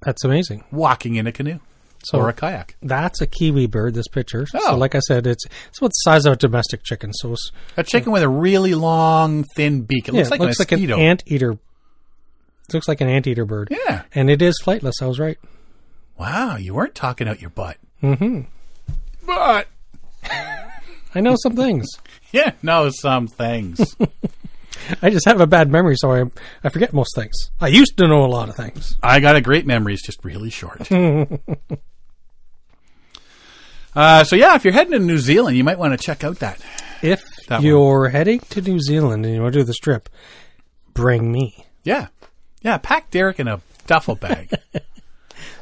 [SPEAKER 2] That's amazing.
[SPEAKER 1] Walking in a canoe
[SPEAKER 2] So
[SPEAKER 1] or a kayak.
[SPEAKER 2] that's a kiwi bird. This picture.
[SPEAKER 1] Oh.
[SPEAKER 2] So, like I said, it's it's about the size of a domestic chicken. So it's,
[SPEAKER 1] A chicken with a really long, thin beak. It
[SPEAKER 2] yeah,
[SPEAKER 1] looks like
[SPEAKER 2] it looks
[SPEAKER 1] a
[SPEAKER 2] like an
[SPEAKER 1] mosquito.
[SPEAKER 2] anteater. It looks like an anteater bird.
[SPEAKER 1] yeah.
[SPEAKER 2] And it is flightless. I was right.
[SPEAKER 1] Wow, you weren't talking out your butt. Mm-hmm. But
[SPEAKER 2] I know
[SPEAKER 1] [LAUGHS]
[SPEAKER 2] some things.
[SPEAKER 1] yeah, no, some
[SPEAKER 2] [LAUGHS]
[SPEAKER 1] things.
[SPEAKER 2] I just have a bad memory, so I I forget most things. I used to know a lot of things.
[SPEAKER 1] I got a great memory. It's just really
[SPEAKER 2] [LAUGHS]
[SPEAKER 1] short.
[SPEAKER 2] Mm-hmm.
[SPEAKER 1] uh, so yeah, if you're heading to New Zealand, you might want to check out that.
[SPEAKER 2] If
[SPEAKER 1] That
[SPEAKER 2] you're heading to New Zealand and you want to do this trip, bring me.
[SPEAKER 1] Yeah, yeah. Pack Derek in a duffel bag.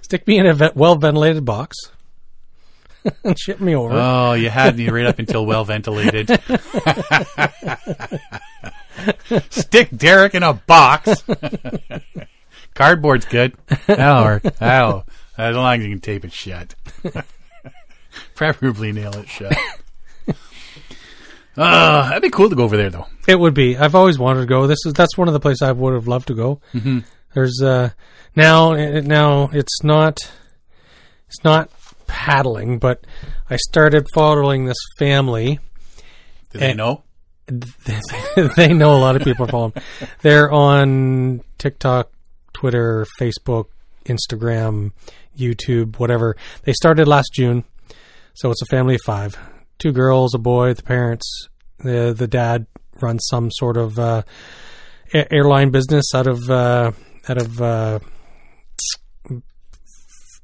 [SPEAKER 2] Stick me in a ve- well ventilated box [LAUGHS] and ship me
[SPEAKER 1] [LAUGHS]
[SPEAKER 2] over.
[SPEAKER 1] oh, you had me right up until well ventilated. Stick Derek in a box. [LAUGHS] Cardboard's good. That'll work. That'll, as long as you can tape it shut. [LAUGHS] Preferably nail it shut. Uh, that'd be cool to go over there though.
[SPEAKER 2] It would be. I've always wanted to go. This is that's one of the places I would have loved to go. Mm-hmm. There's uh now eh, now it's not it's not paddling, but I started following this family.
[SPEAKER 1] Do they
[SPEAKER 2] And-
[SPEAKER 1] know?
[SPEAKER 2] [LAUGHS] they know a lot of people follow them. They're on TikTok, Twitter, Facebook, Instagram, YouTube, whatever. They started last June, so it's a family of five: two girls, a boy, the parents. the The dad runs some sort of uh, a- airline business out of uh, out of uh,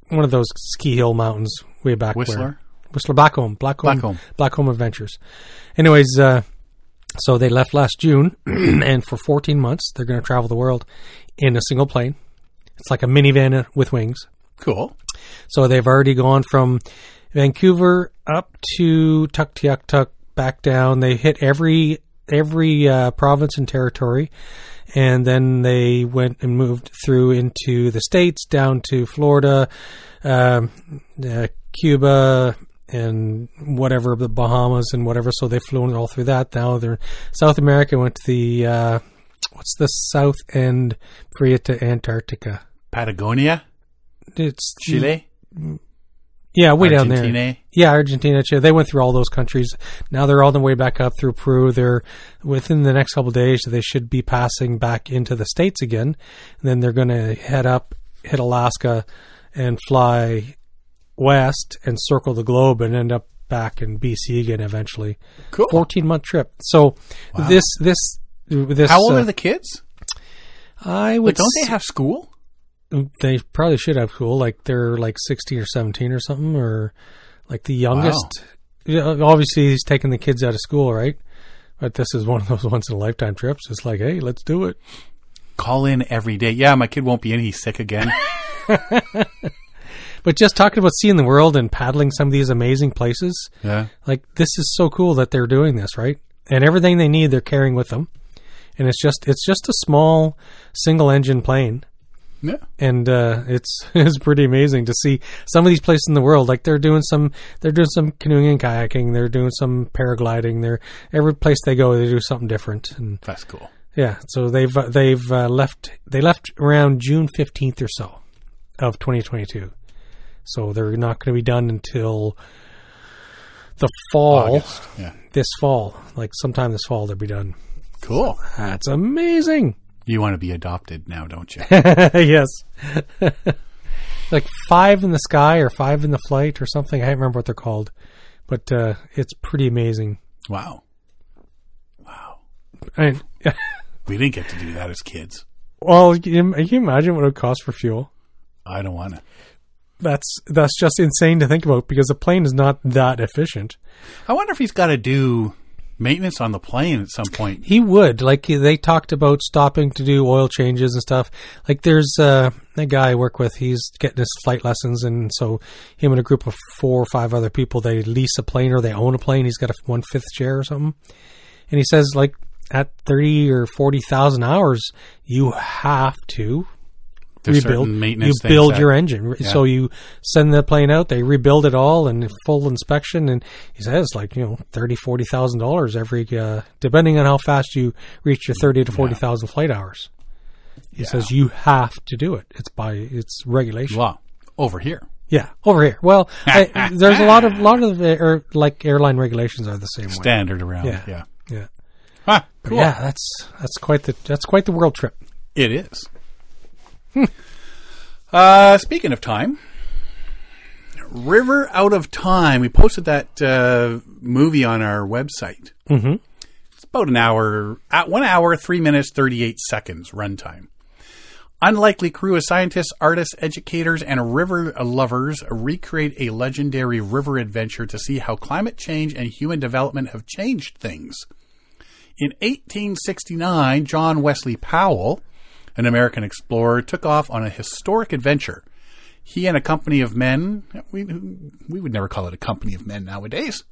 [SPEAKER 2] one of those ski hill mountains way back where-
[SPEAKER 1] Whistler?
[SPEAKER 2] Whistler Blackcomb,
[SPEAKER 1] Blackcomb.
[SPEAKER 2] Blackcomb, Blackcomb, Blackcomb Adventures. Anyways, uh, so they left last June, [CLEARS THROAT] and for 14 months they're going to travel the world in a single plane. It's like a minivan with wings.
[SPEAKER 1] Cool.
[SPEAKER 2] So they've already gone from Vancouver up to Tuk Tuk Tuk, back down. They hit every every uh, province and territory, and then they went and moved through into the states, down to Florida, um, uh, Cuba, and whatever the Bahamas and whatever. So they've flown all through that. Now they're in South America. Went to the uh, what's the south end, Korea to Antarctica.
[SPEAKER 1] Patagonia,
[SPEAKER 2] It's
[SPEAKER 1] Chile,
[SPEAKER 2] yeah, way down there.
[SPEAKER 1] Argentina.
[SPEAKER 2] Yeah, Argentina, Chile. They went through all those countries. Now they're all the way back up through Peru. They're within the next couple of days. They should be passing back into the states again, and then they're going to head up, hit Alaska, and fly west and circle the globe and end up back in BC again eventually.
[SPEAKER 1] Cool.
[SPEAKER 2] Fourteen month trip. So this this this.
[SPEAKER 1] How old
[SPEAKER 2] uh,
[SPEAKER 1] are the kids?
[SPEAKER 2] I would.
[SPEAKER 1] Like, don't they
[SPEAKER 2] s-
[SPEAKER 1] have school?
[SPEAKER 2] they probably should have cool like they're like 16 or 17 or something or like the youngest yeah, uh, obviously he's taking the kids out of school right but this is one of those [LAUGHS] once in a lifetime trips it's like hey let's do it
[SPEAKER 1] Call in every day. Yeah, my kid won't be in. He's sick [LAUGHS] again.
[SPEAKER 2] but just talking about seeing the world and paddling some of these amazing places
[SPEAKER 1] yeah.
[SPEAKER 2] like this is so cool that they're doing this right and everything they need they're carrying with them and it's just it's just a small single engine plane
[SPEAKER 1] Yeah.
[SPEAKER 2] and uh, it's [LAUGHS] it's pretty amazing to see some of these places in the world. Like they're doing some they're doing some canoeing and kayaking, they're doing some paragliding. They're every place they go, they do something different. And
[SPEAKER 1] That's cool.
[SPEAKER 2] yeah, so they've uh, they've uh, left they left around June fifteenth or so of twenty twenty two. So they're not going to be done until the fall
[SPEAKER 1] August. Yeah.
[SPEAKER 2] this fall, like sometime this fall they'll be done.
[SPEAKER 1] Cool.
[SPEAKER 2] That's amazing.
[SPEAKER 1] You want to be adopted now, don't [LAUGHS] you?
[SPEAKER 2] [LAUGHS] yes. like five in the sky or five in the flight or something. I can't remember what they're called, but uh, it's pretty amazing.
[SPEAKER 1] wow.
[SPEAKER 2] And [LAUGHS]
[SPEAKER 1] We didn't get to do that as kids.
[SPEAKER 2] well, can you can you imagine what it would cost for fuel?
[SPEAKER 1] I don't want to.
[SPEAKER 2] that's that's just insane to think about because the plane is not that efficient.
[SPEAKER 1] I wonder if he's got to do maintenance on the plane at some point.
[SPEAKER 2] He would like they talked about stopping to do oil changes and stuff. Like there's uh, a guy I work with. He's getting his flight lessons, and so him and a group of four or five other people they lease a plane or they own a plane. He's got a one fifth share or something, and he says like at thirty or forty thousand hours, you have to
[SPEAKER 1] There's
[SPEAKER 2] rebuild
[SPEAKER 1] certain maintenance
[SPEAKER 2] you
[SPEAKER 1] things
[SPEAKER 2] build
[SPEAKER 1] that-
[SPEAKER 2] your engine Re- so you send the plane out they rebuild it all and full inspection and he says like you know thirty forty thousand dollars every uh, depending on how fast you reach your 30 to 40,000 flight hours he says you have to do it it's by it's regulation
[SPEAKER 1] Wow. Over here.
[SPEAKER 2] yeah over here well
[SPEAKER 1] [LAUGHS]
[SPEAKER 2] I, there's a lot of lot of the air, er, like airline regulations are the same way
[SPEAKER 1] Standard around.
[SPEAKER 2] Yeah.
[SPEAKER 1] Yeah.
[SPEAKER 2] yeah
[SPEAKER 1] Huh, cool.
[SPEAKER 2] yeah that's that's quite the that's quite the world trip
[SPEAKER 1] It is. [LAUGHS] uh, speaking of time, River Out of Time. We posted that uh, movie on our website. Mm-hmm. It's about an hour, at one hour, three minutes, 38 seconds runtime. Unlikely crew of scientists, artists, educators, and river lovers recreate a legendary river adventure to see how climate change and human development have changed things. In 1869, John Wesley Powell, an American explorer, took off on a historic adventure. He and a company of men, we, we would never call it a company of men nowadays,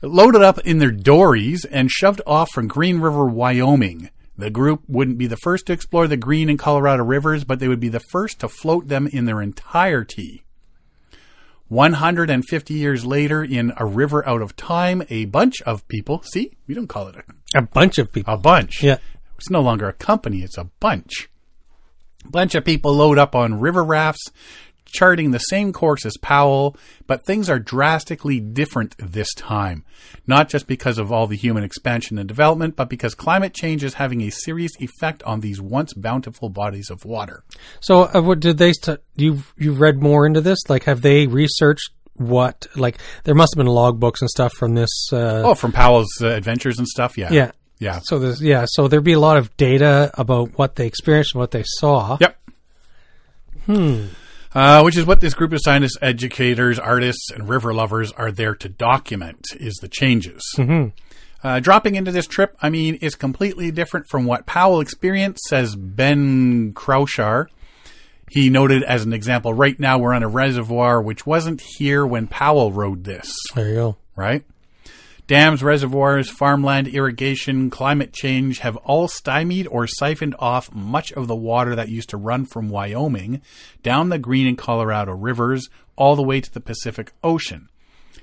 [SPEAKER 1] loaded up in their dories and shoved off from Green River, Wyoming. The group wouldn't be the first to explore the Green and Colorado rivers, but they would be the first to float them in their entirety. 150 years later, in A River Out of Time, a bunch of people, see, we don't call it a
[SPEAKER 2] a bunch of people
[SPEAKER 1] a bunch.
[SPEAKER 2] Yeah.
[SPEAKER 1] It's no longer a company, it's a bunch. Bunch of people load up on river rafts, charting the same course as Powell, but things are drastically different this time. Not just because of all the human expansion and development, but because climate change is having a serious effect on these once bountiful bodies of water.
[SPEAKER 2] So, uh, what did they? St- you you read more into this? Like, have they researched what? Like, there must have been logbooks and stuff from this. Uh,
[SPEAKER 1] Oh, from Powell's uh, adventures and stuff? Yeah.
[SPEAKER 2] yeah.
[SPEAKER 1] Yeah.
[SPEAKER 2] So there's yeah. So there'd be a lot of data about what they experienced and what they saw.
[SPEAKER 1] Yep. Hmm. Uh, which is what this group of scientists, educators, artists, and river lovers are there to document is the changes. Uh, dropping into this trip, I mean, is completely different from what Powell experienced, says Ben Kraushar. He noted as an example, right now we're on a reservoir which wasn't here when Powell rode this
[SPEAKER 2] There you go.
[SPEAKER 1] right? Dams, reservoirs, farmland, irrigation, climate change have all stymied or siphoned off much of the water that used to run from Wyoming down the Green and Colorado rivers all the way to the Pacific Ocean.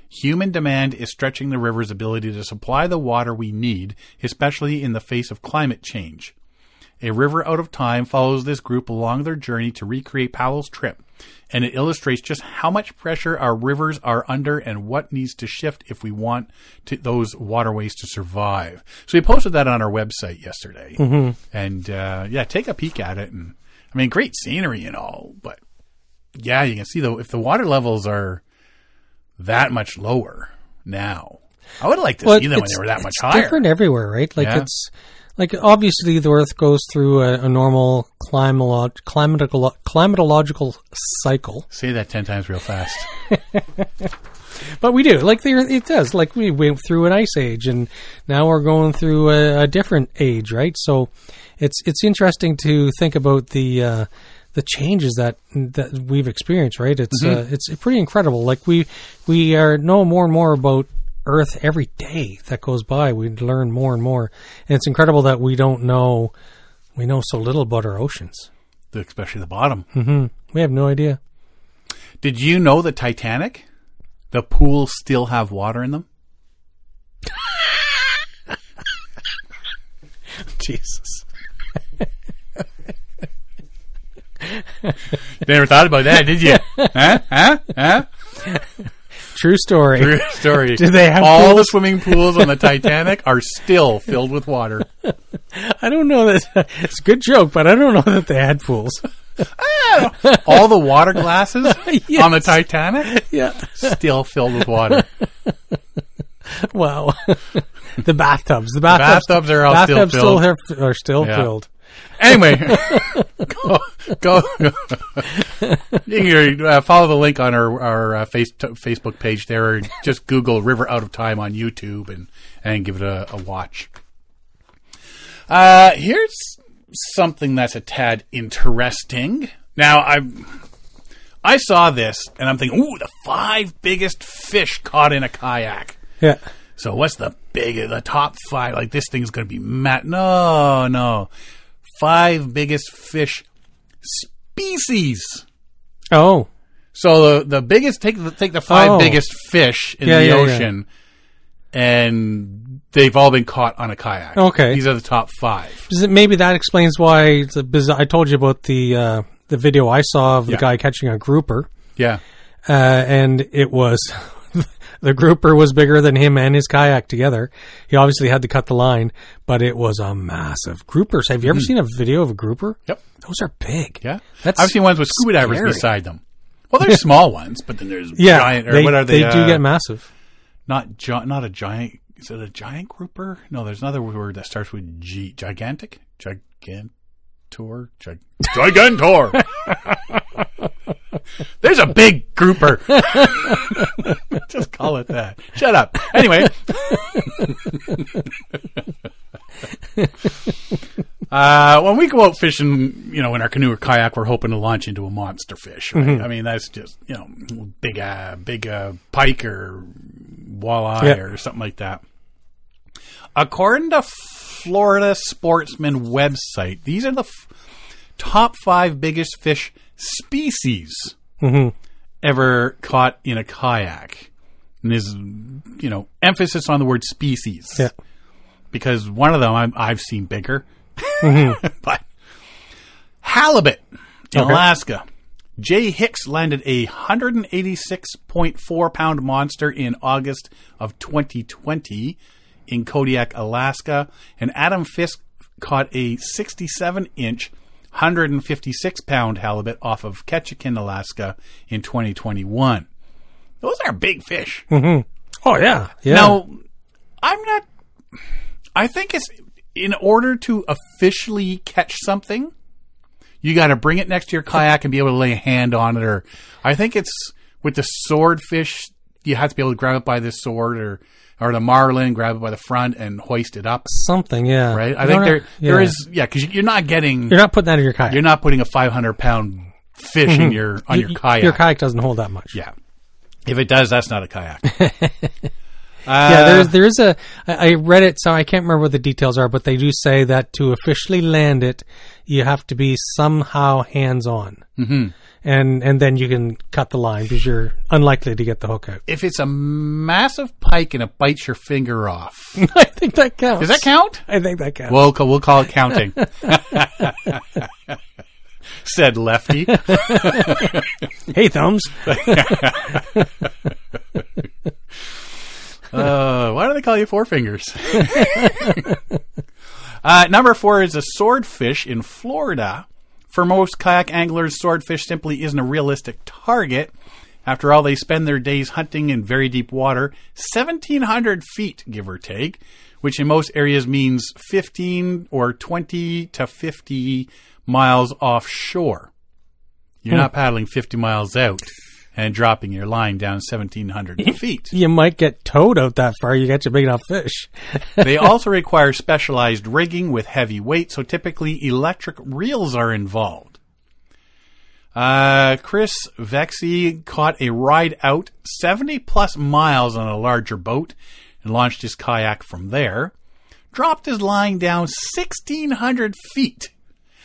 [SPEAKER 1] Human demand is stretching the river's ability to supply the water we need, especially in the face of climate change. A River Out of Time follows this group along their journey to recreate Powell's trip, and it illustrates just how much pressure our rivers are under and what needs to shift if we want to, those waterways to survive. So we posted that on our website yesterday,
[SPEAKER 2] Mm-hmm.
[SPEAKER 1] and uh, yeah, take a peek at it. And I mean, great scenery and all, but yeah, you can see though if the water levels are that much lower now. I would like to see them when
[SPEAKER 2] it's-
[SPEAKER 1] they were that much
[SPEAKER 2] it's
[SPEAKER 1] higher.
[SPEAKER 2] Different everywhere, right? Like
[SPEAKER 1] Yeah.
[SPEAKER 2] it's like obviously the Earth goes through a, a normal climatolo- climatolo- climatological cycle.
[SPEAKER 1] Say that ten times real fast.
[SPEAKER 2] But we do. Like there, it does. Like we went through an ice age, and now we're going through a, a different age, right? So, it's it's interesting to think about the uh, the changes that that we've experienced, right? It's uh, it's pretty incredible. Like we we are know more and more about Earth every day that goes by. We learn more and more, and it's incredible that we don't know we know so little about our oceans.
[SPEAKER 1] especially the bottom.
[SPEAKER 2] We have no idea.
[SPEAKER 1] Did you know the Titanic? The pools still have water in them.
[SPEAKER 2] Jesus.
[SPEAKER 1] Never thought about that, did you? [LAUGHS] huh? Huh? Huh?
[SPEAKER 2] True story.
[SPEAKER 1] True story.
[SPEAKER 2] Do they have
[SPEAKER 1] all the swimming pools on the Titanic are still filled with water?
[SPEAKER 2] I don't know that [LAUGHS] it's a good joke, but I don't know that they had pools.
[SPEAKER 1] All the water glasses
[SPEAKER 2] [LAUGHS] Yes.
[SPEAKER 1] on the Titanic
[SPEAKER 2] Yeah.
[SPEAKER 1] still filled with water.
[SPEAKER 2] [LAUGHS] Wow. [LAUGHS] the bathtubs. The bathtubs.
[SPEAKER 1] Bathtubs are all still
[SPEAKER 2] bathtubs
[SPEAKER 1] filled.
[SPEAKER 2] have- are still
[SPEAKER 1] Yeah.
[SPEAKER 2] filled.
[SPEAKER 1] Anyway, go, go. you can uh, follow the link on our our uh, face, Facebook page there. Or just Google "River Out of Time" on YouTube and and give it a, a watch. Uh, here's something that's a tad interesting. Now I I saw this and I'm thinking, ooh, the five biggest fish caught in a kayak.
[SPEAKER 2] Yeah.
[SPEAKER 1] So what's the big the top five? Like this thing's gonna be mad. No, no, five biggest fish species.
[SPEAKER 2] Oh.
[SPEAKER 1] So the the biggest take the take the five
[SPEAKER 2] Oh.
[SPEAKER 1] biggest fish in
[SPEAKER 2] Yeah,
[SPEAKER 1] the
[SPEAKER 2] yeah, yeah.
[SPEAKER 1] ocean, and they've all been caught on a kayak.
[SPEAKER 2] Okay.
[SPEAKER 1] these are the top five.
[SPEAKER 2] Does it- Maybe that explains why the bizarre. I told you about the uh, the video I saw of the
[SPEAKER 1] Yeah.
[SPEAKER 2] guy catching a grouper,
[SPEAKER 1] Yeah,
[SPEAKER 2] uh, and it was [LAUGHS] the grouper was bigger than him and his kayak together. He obviously had to cut the line, but it was a massive groupers. Have you ever seen a video of a grouper?
[SPEAKER 1] Hmm. Yep.
[SPEAKER 2] those are big.
[SPEAKER 1] yeah.
[SPEAKER 2] That's
[SPEAKER 1] I've seen ones with scuba divers
[SPEAKER 2] scary.
[SPEAKER 1] beside them. Well, they're small ones, but then there's
[SPEAKER 2] yeah.
[SPEAKER 1] giant. Or
[SPEAKER 2] they,
[SPEAKER 1] what are they?
[SPEAKER 2] They do
[SPEAKER 1] uh,
[SPEAKER 2] get massive.
[SPEAKER 1] not gi- not a giant. Is it a giant grouper? No, there's another word that starts with G. Gigantic, gigantor, Gig- gigantor. [LAUGHS] there's a big grouper. [LAUGHS] Just call it that. Shut up. Anyway. [LAUGHS] Uh, when we go out fishing, you know, in our canoe or kayak, we're hoping to launch into a monster fish. Right? I mean, that's just you know, big uh, big uh, pike or walleye
[SPEAKER 2] Yeah.
[SPEAKER 1] or something like that. According to Florida Sportsman website, these are the f- top five biggest fish species
[SPEAKER 2] Mm-hmm.
[SPEAKER 1] ever caught in a kayak. And there's, you know, emphasis on the word species.
[SPEAKER 2] Yeah.
[SPEAKER 1] Because one of them I'm, I've seen bigger. [LAUGHS] but halibut in
[SPEAKER 2] Mm-hmm. Okay.
[SPEAKER 1] Alaska. Jay Hicks landed a 186.4 pound monster in August of 2020 in Kodiak, Alaska. And Adam Fisk caught a 67 inch, 156 pound halibut off of Ketchikan, Alaska in 2021. Those are big fish.
[SPEAKER 2] Oh yeah, yeah.
[SPEAKER 1] Now, I'm not. I think it's in order to officially catch something, you got to bring it next to your kayak and be able to lay a hand on it. Or I think it's with the swordfish, you have to be able to grab it by the sword, or or the marlin, grab it by the front and hoist it up.
[SPEAKER 2] something. Yeah,
[SPEAKER 1] Right? I
[SPEAKER 2] You
[SPEAKER 1] think
[SPEAKER 2] don't
[SPEAKER 1] there
[SPEAKER 2] have-
[SPEAKER 1] there
[SPEAKER 2] yeah.
[SPEAKER 1] is yeah because you're not getting
[SPEAKER 2] You're not putting that in your kayak.
[SPEAKER 1] you're not putting a 500 pound fish in your on your
[SPEAKER 2] Mm-hmm. Y-
[SPEAKER 1] kayak.
[SPEAKER 2] Your kayak doesn't hold that much.
[SPEAKER 1] yeah. If it does, that's not a
[SPEAKER 2] [LAUGHS]
[SPEAKER 1] kayak. Uh,
[SPEAKER 2] Yeah, there is there is a I I read it so I can't remember what the details are, but they do say that to officially land it, you have to be somehow hands on, mm-hmm. and and then you can cut the line because you're unlikely to get the hook out. [LAUGHS]
[SPEAKER 1] if it's a massive pike and it bites your finger off.
[SPEAKER 2] I think that counts.
[SPEAKER 1] Does that count?
[SPEAKER 2] I think that counts.
[SPEAKER 1] We'll, ca- we'll call it counting. [LAUGHS] Said Lefty.
[SPEAKER 2] hey,
[SPEAKER 1] [LAUGHS]
[SPEAKER 2] thumbs.
[SPEAKER 1] Uh, why do they call you Four Fingers? [LAUGHS] uh, number four is a swordfish in Florida. For most kayak anglers, swordfish simply isn't a realistic target. After all, they spend their days hunting in very deep water, 1,700 feet, give or take, which in most areas means 15 or 20 to 50 miles offshore. You're not paddling 50 miles out and dropping your line down 1,700 feet.
[SPEAKER 2] You might get towed out that far. You got your big enough fish.
[SPEAKER 1] they also require specialized rigging with heavy weight, so typically electric reels are involved. Uh, Chris Vexi caught a ride out 70 plus miles on a larger boat and launched his kayak from there. Dropped his line down 1,600 feet.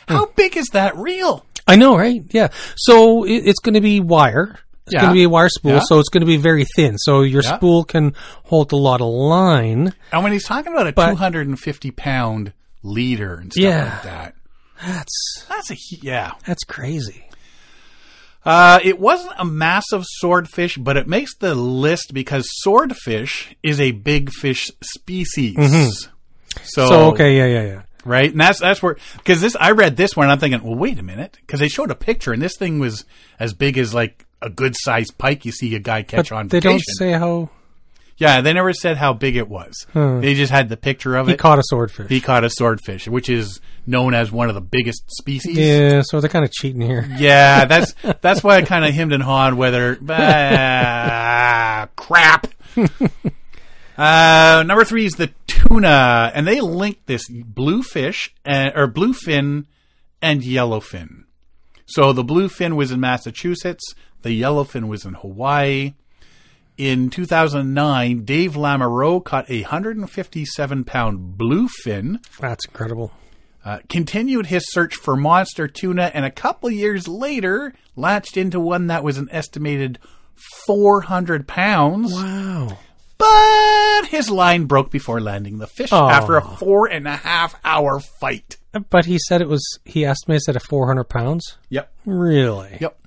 [SPEAKER 2] Hmm.
[SPEAKER 1] How big is that reel?
[SPEAKER 2] I know, right? Yeah. So it, it's going to be wire. It's
[SPEAKER 1] Yeah.
[SPEAKER 2] going to be a wire spool,
[SPEAKER 1] Yeah.
[SPEAKER 2] so it's going to be very thin. So your
[SPEAKER 1] Yeah.
[SPEAKER 2] spool can hold a lot of line.
[SPEAKER 1] And when he's talking about a
[SPEAKER 2] But-
[SPEAKER 1] 250 pound leader and stuff
[SPEAKER 2] Yeah.
[SPEAKER 1] like that,
[SPEAKER 2] That's
[SPEAKER 1] that's a, hu- yeah.
[SPEAKER 2] That's crazy.
[SPEAKER 1] Uh, it wasn't a massive swordfish, but it makes the list because swordfish is a big fish species. So,
[SPEAKER 2] Mm-hmm. So okay, yeah, yeah, yeah.
[SPEAKER 1] right? And that's that's where because this I read this one, and I'm thinking, well, wait a minute, because they showed a picture, and this thing was as big as like a good sized pike. You see a guy catch on
[SPEAKER 2] They
[SPEAKER 1] vacation.
[SPEAKER 2] don't say how.
[SPEAKER 1] Yeah, they never said how big it was. They just had the picture of
[SPEAKER 2] He
[SPEAKER 1] it.
[SPEAKER 2] caught a swordfish.
[SPEAKER 1] he caught a swordfish, which is known as one of the biggest species.
[SPEAKER 2] yeah, so they're kind of cheating
[SPEAKER 1] Mm.
[SPEAKER 2] here.
[SPEAKER 1] Yeah, that's that's why I kind of hemmed and hawed whether ah, crap. Uh, number three is the tuna, and they link this bluefish uh, or bluefin and yellowfin. So the bluefin was in Massachusetts, the yellowfin was in Hawaii. In 2009, Dave Lamoureux caught a 157 pound bluefin
[SPEAKER 2] That's incredible.
[SPEAKER 1] uh, continued his search for monster tuna and a couple years later latched into one that was an estimated 400 pounds.
[SPEAKER 2] Wow.
[SPEAKER 1] But his line broke before landing the fish
[SPEAKER 2] Aw.
[SPEAKER 1] after a four and a half hour fight.
[SPEAKER 2] But he said it was, he estimates it at 400 pounds.
[SPEAKER 1] Yep.
[SPEAKER 2] Really?
[SPEAKER 1] Yep.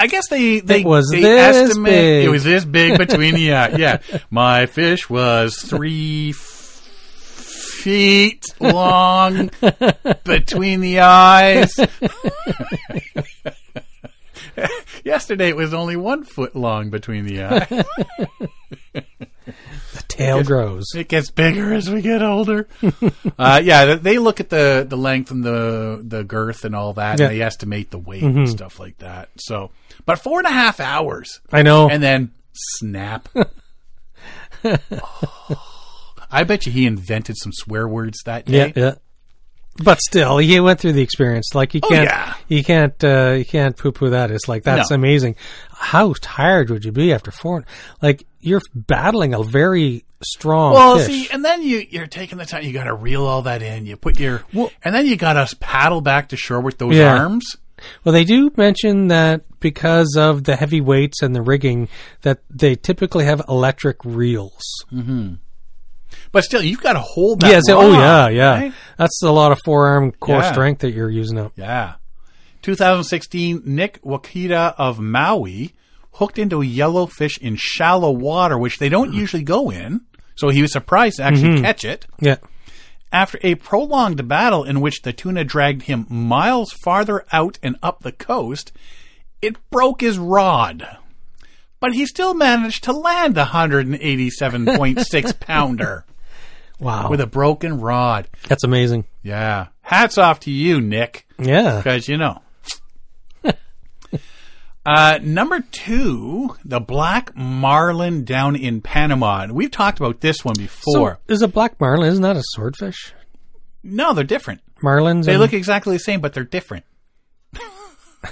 [SPEAKER 1] I guess they they
[SPEAKER 2] It was
[SPEAKER 1] they
[SPEAKER 2] this
[SPEAKER 1] estimate
[SPEAKER 2] big.
[SPEAKER 1] it was this
[SPEAKER 2] [LAUGHS]
[SPEAKER 1] big between the eye. Yeah, my fish was three f- feet
[SPEAKER 2] [LAUGHS]
[SPEAKER 1] long between the eyes. [LAUGHS] Yesterday it was only one foot long between the
[SPEAKER 2] [LAUGHS]
[SPEAKER 1] eyes.
[SPEAKER 2] The tail grows.
[SPEAKER 1] It gets bigger as we get older. uh, yeah, th- they look at the, the length and the the girth and all that,
[SPEAKER 2] Yeah. Mm-hmm.
[SPEAKER 1] and they estimate the weight and stuff like that. So, but four and a half hours.
[SPEAKER 2] I know.
[SPEAKER 1] and then
[SPEAKER 2] [LAUGHS]
[SPEAKER 1] snap. Oh. I bet you he invented some swear words that day.
[SPEAKER 2] yeah, yeah. But still, he went through the experience. Like you can't,
[SPEAKER 1] Oh, yeah.
[SPEAKER 2] you can't, uh, you can't poo-poo that. It's like that's
[SPEAKER 1] No.
[SPEAKER 2] amazing. How tired would you be after four? Like you're battling a very strong
[SPEAKER 1] Well,
[SPEAKER 2] fish.
[SPEAKER 1] see, and then you you're taking the time. You got to reel all that in. You put your and then you got to paddle back to shore with those
[SPEAKER 2] Yeah.
[SPEAKER 1] arms.
[SPEAKER 2] Well, they do mention that because of the heavy weights and the rigging, that they typically have electric reels.
[SPEAKER 1] But still, you've got to hold that.
[SPEAKER 2] Yeah. So, oh
[SPEAKER 1] rod,
[SPEAKER 2] yeah, yeah.
[SPEAKER 1] right?
[SPEAKER 2] That's a lot of forearm core
[SPEAKER 1] Yeah.
[SPEAKER 2] strength that you're using up.
[SPEAKER 1] Yeah. 2016, Nick Wakita of Maui hooked into a yellowfish in shallow water, which they
[SPEAKER 2] [CLEARS THROAT]
[SPEAKER 1] don't usually go in. So he was surprised to actually
[SPEAKER 2] Mm-hmm.
[SPEAKER 1] catch it.
[SPEAKER 2] Yeah.
[SPEAKER 1] After a prolonged battle in which the tuna dragged him miles farther out and up the coast, it broke his rod. But he still managed to land a 187.6 pounder
[SPEAKER 2] Wow.
[SPEAKER 1] with a broken rod.
[SPEAKER 2] that's amazing.
[SPEAKER 1] Yeah. Hats off to you, Nick.
[SPEAKER 2] Yeah.
[SPEAKER 1] Because you know. uh, number two, the black marlin down in Panama. And we've talked about this one
[SPEAKER 2] So
[SPEAKER 1] before.
[SPEAKER 2] is a black marlin? Isn't that a swordfish?
[SPEAKER 1] no, they're different.
[SPEAKER 2] Marlins.
[SPEAKER 1] They
[SPEAKER 2] and-
[SPEAKER 1] look exactly the same, but they're different. [LAUGHS]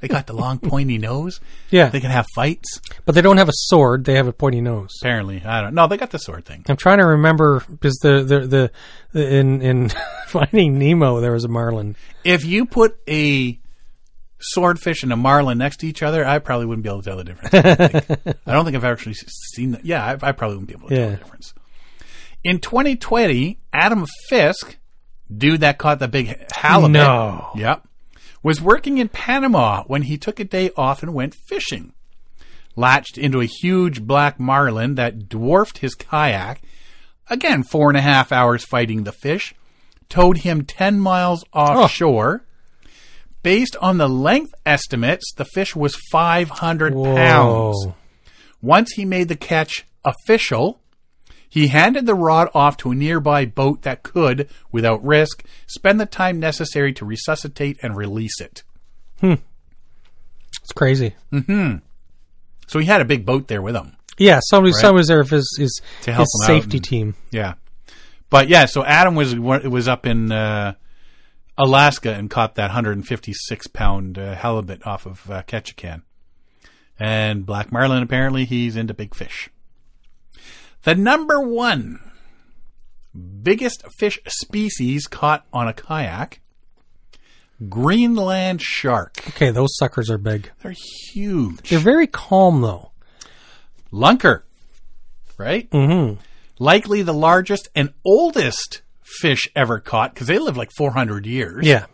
[SPEAKER 1] they got the long, pointy nose.
[SPEAKER 2] Yeah,
[SPEAKER 1] They can have fights.
[SPEAKER 2] but they don't have a sword. They have a pointy nose.
[SPEAKER 1] Apparently, I don't. No, they got the sword thing.
[SPEAKER 2] I'm trying to remember because the the, the the in in [LAUGHS] Finding Nemo there was a marlin.
[SPEAKER 1] If you put a swordfish and a marlin next to each other, I probably wouldn't be able to tell the difference. I don't
[SPEAKER 2] [LAUGHS]
[SPEAKER 1] think, I don't think I've actually seen that. Yeah, I, I probably wouldn't be able to tell
[SPEAKER 2] Yeah.
[SPEAKER 1] the difference. In 2020, Adam Fisk, dude that caught the big halibut,
[SPEAKER 2] No.
[SPEAKER 1] yep, was working in Panama when he took a day off and went fishing. Latched into a huge black marlin that dwarfed his kayak. Again, four and a half hours fighting the fish towed him 10 miles offshore. Based on the length estimates, the fish was 500
[SPEAKER 2] Whoa.
[SPEAKER 1] pounds. Once he made the catch official, he handed the rod off to a nearby boat that could, without risk, spend the time necessary to resuscitate and release it.
[SPEAKER 2] It's crazy.
[SPEAKER 1] So he had a big boat there with him.
[SPEAKER 2] Yeah, somebody somebody's there for his his,
[SPEAKER 1] To help him
[SPEAKER 2] his
[SPEAKER 1] out
[SPEAKER 2] safety
[SPEAKER 1] and-
[SPEAKER 2] team.
[SPEAKER 1] Yeah. But yeah, so Adam was was up in uh, Alaska and caught that 156 pound uh, halibut off of uh, Ketchikan. And Black Marlin, apparently, he's into big fish. The number one biggest fish species caught on a kayak Greenland shark.
[SPEAKER 2] Okay, those suckers are big.
[SPEAKER 1] They're huge.
[SPEAKER 2] They're very calm though.
[SPEAKER 1] Lunker, right? Mm-hmm. Likely the largest and oldest fish ever caught because they live like 400 years.
[SPEAKER 2] Yeah.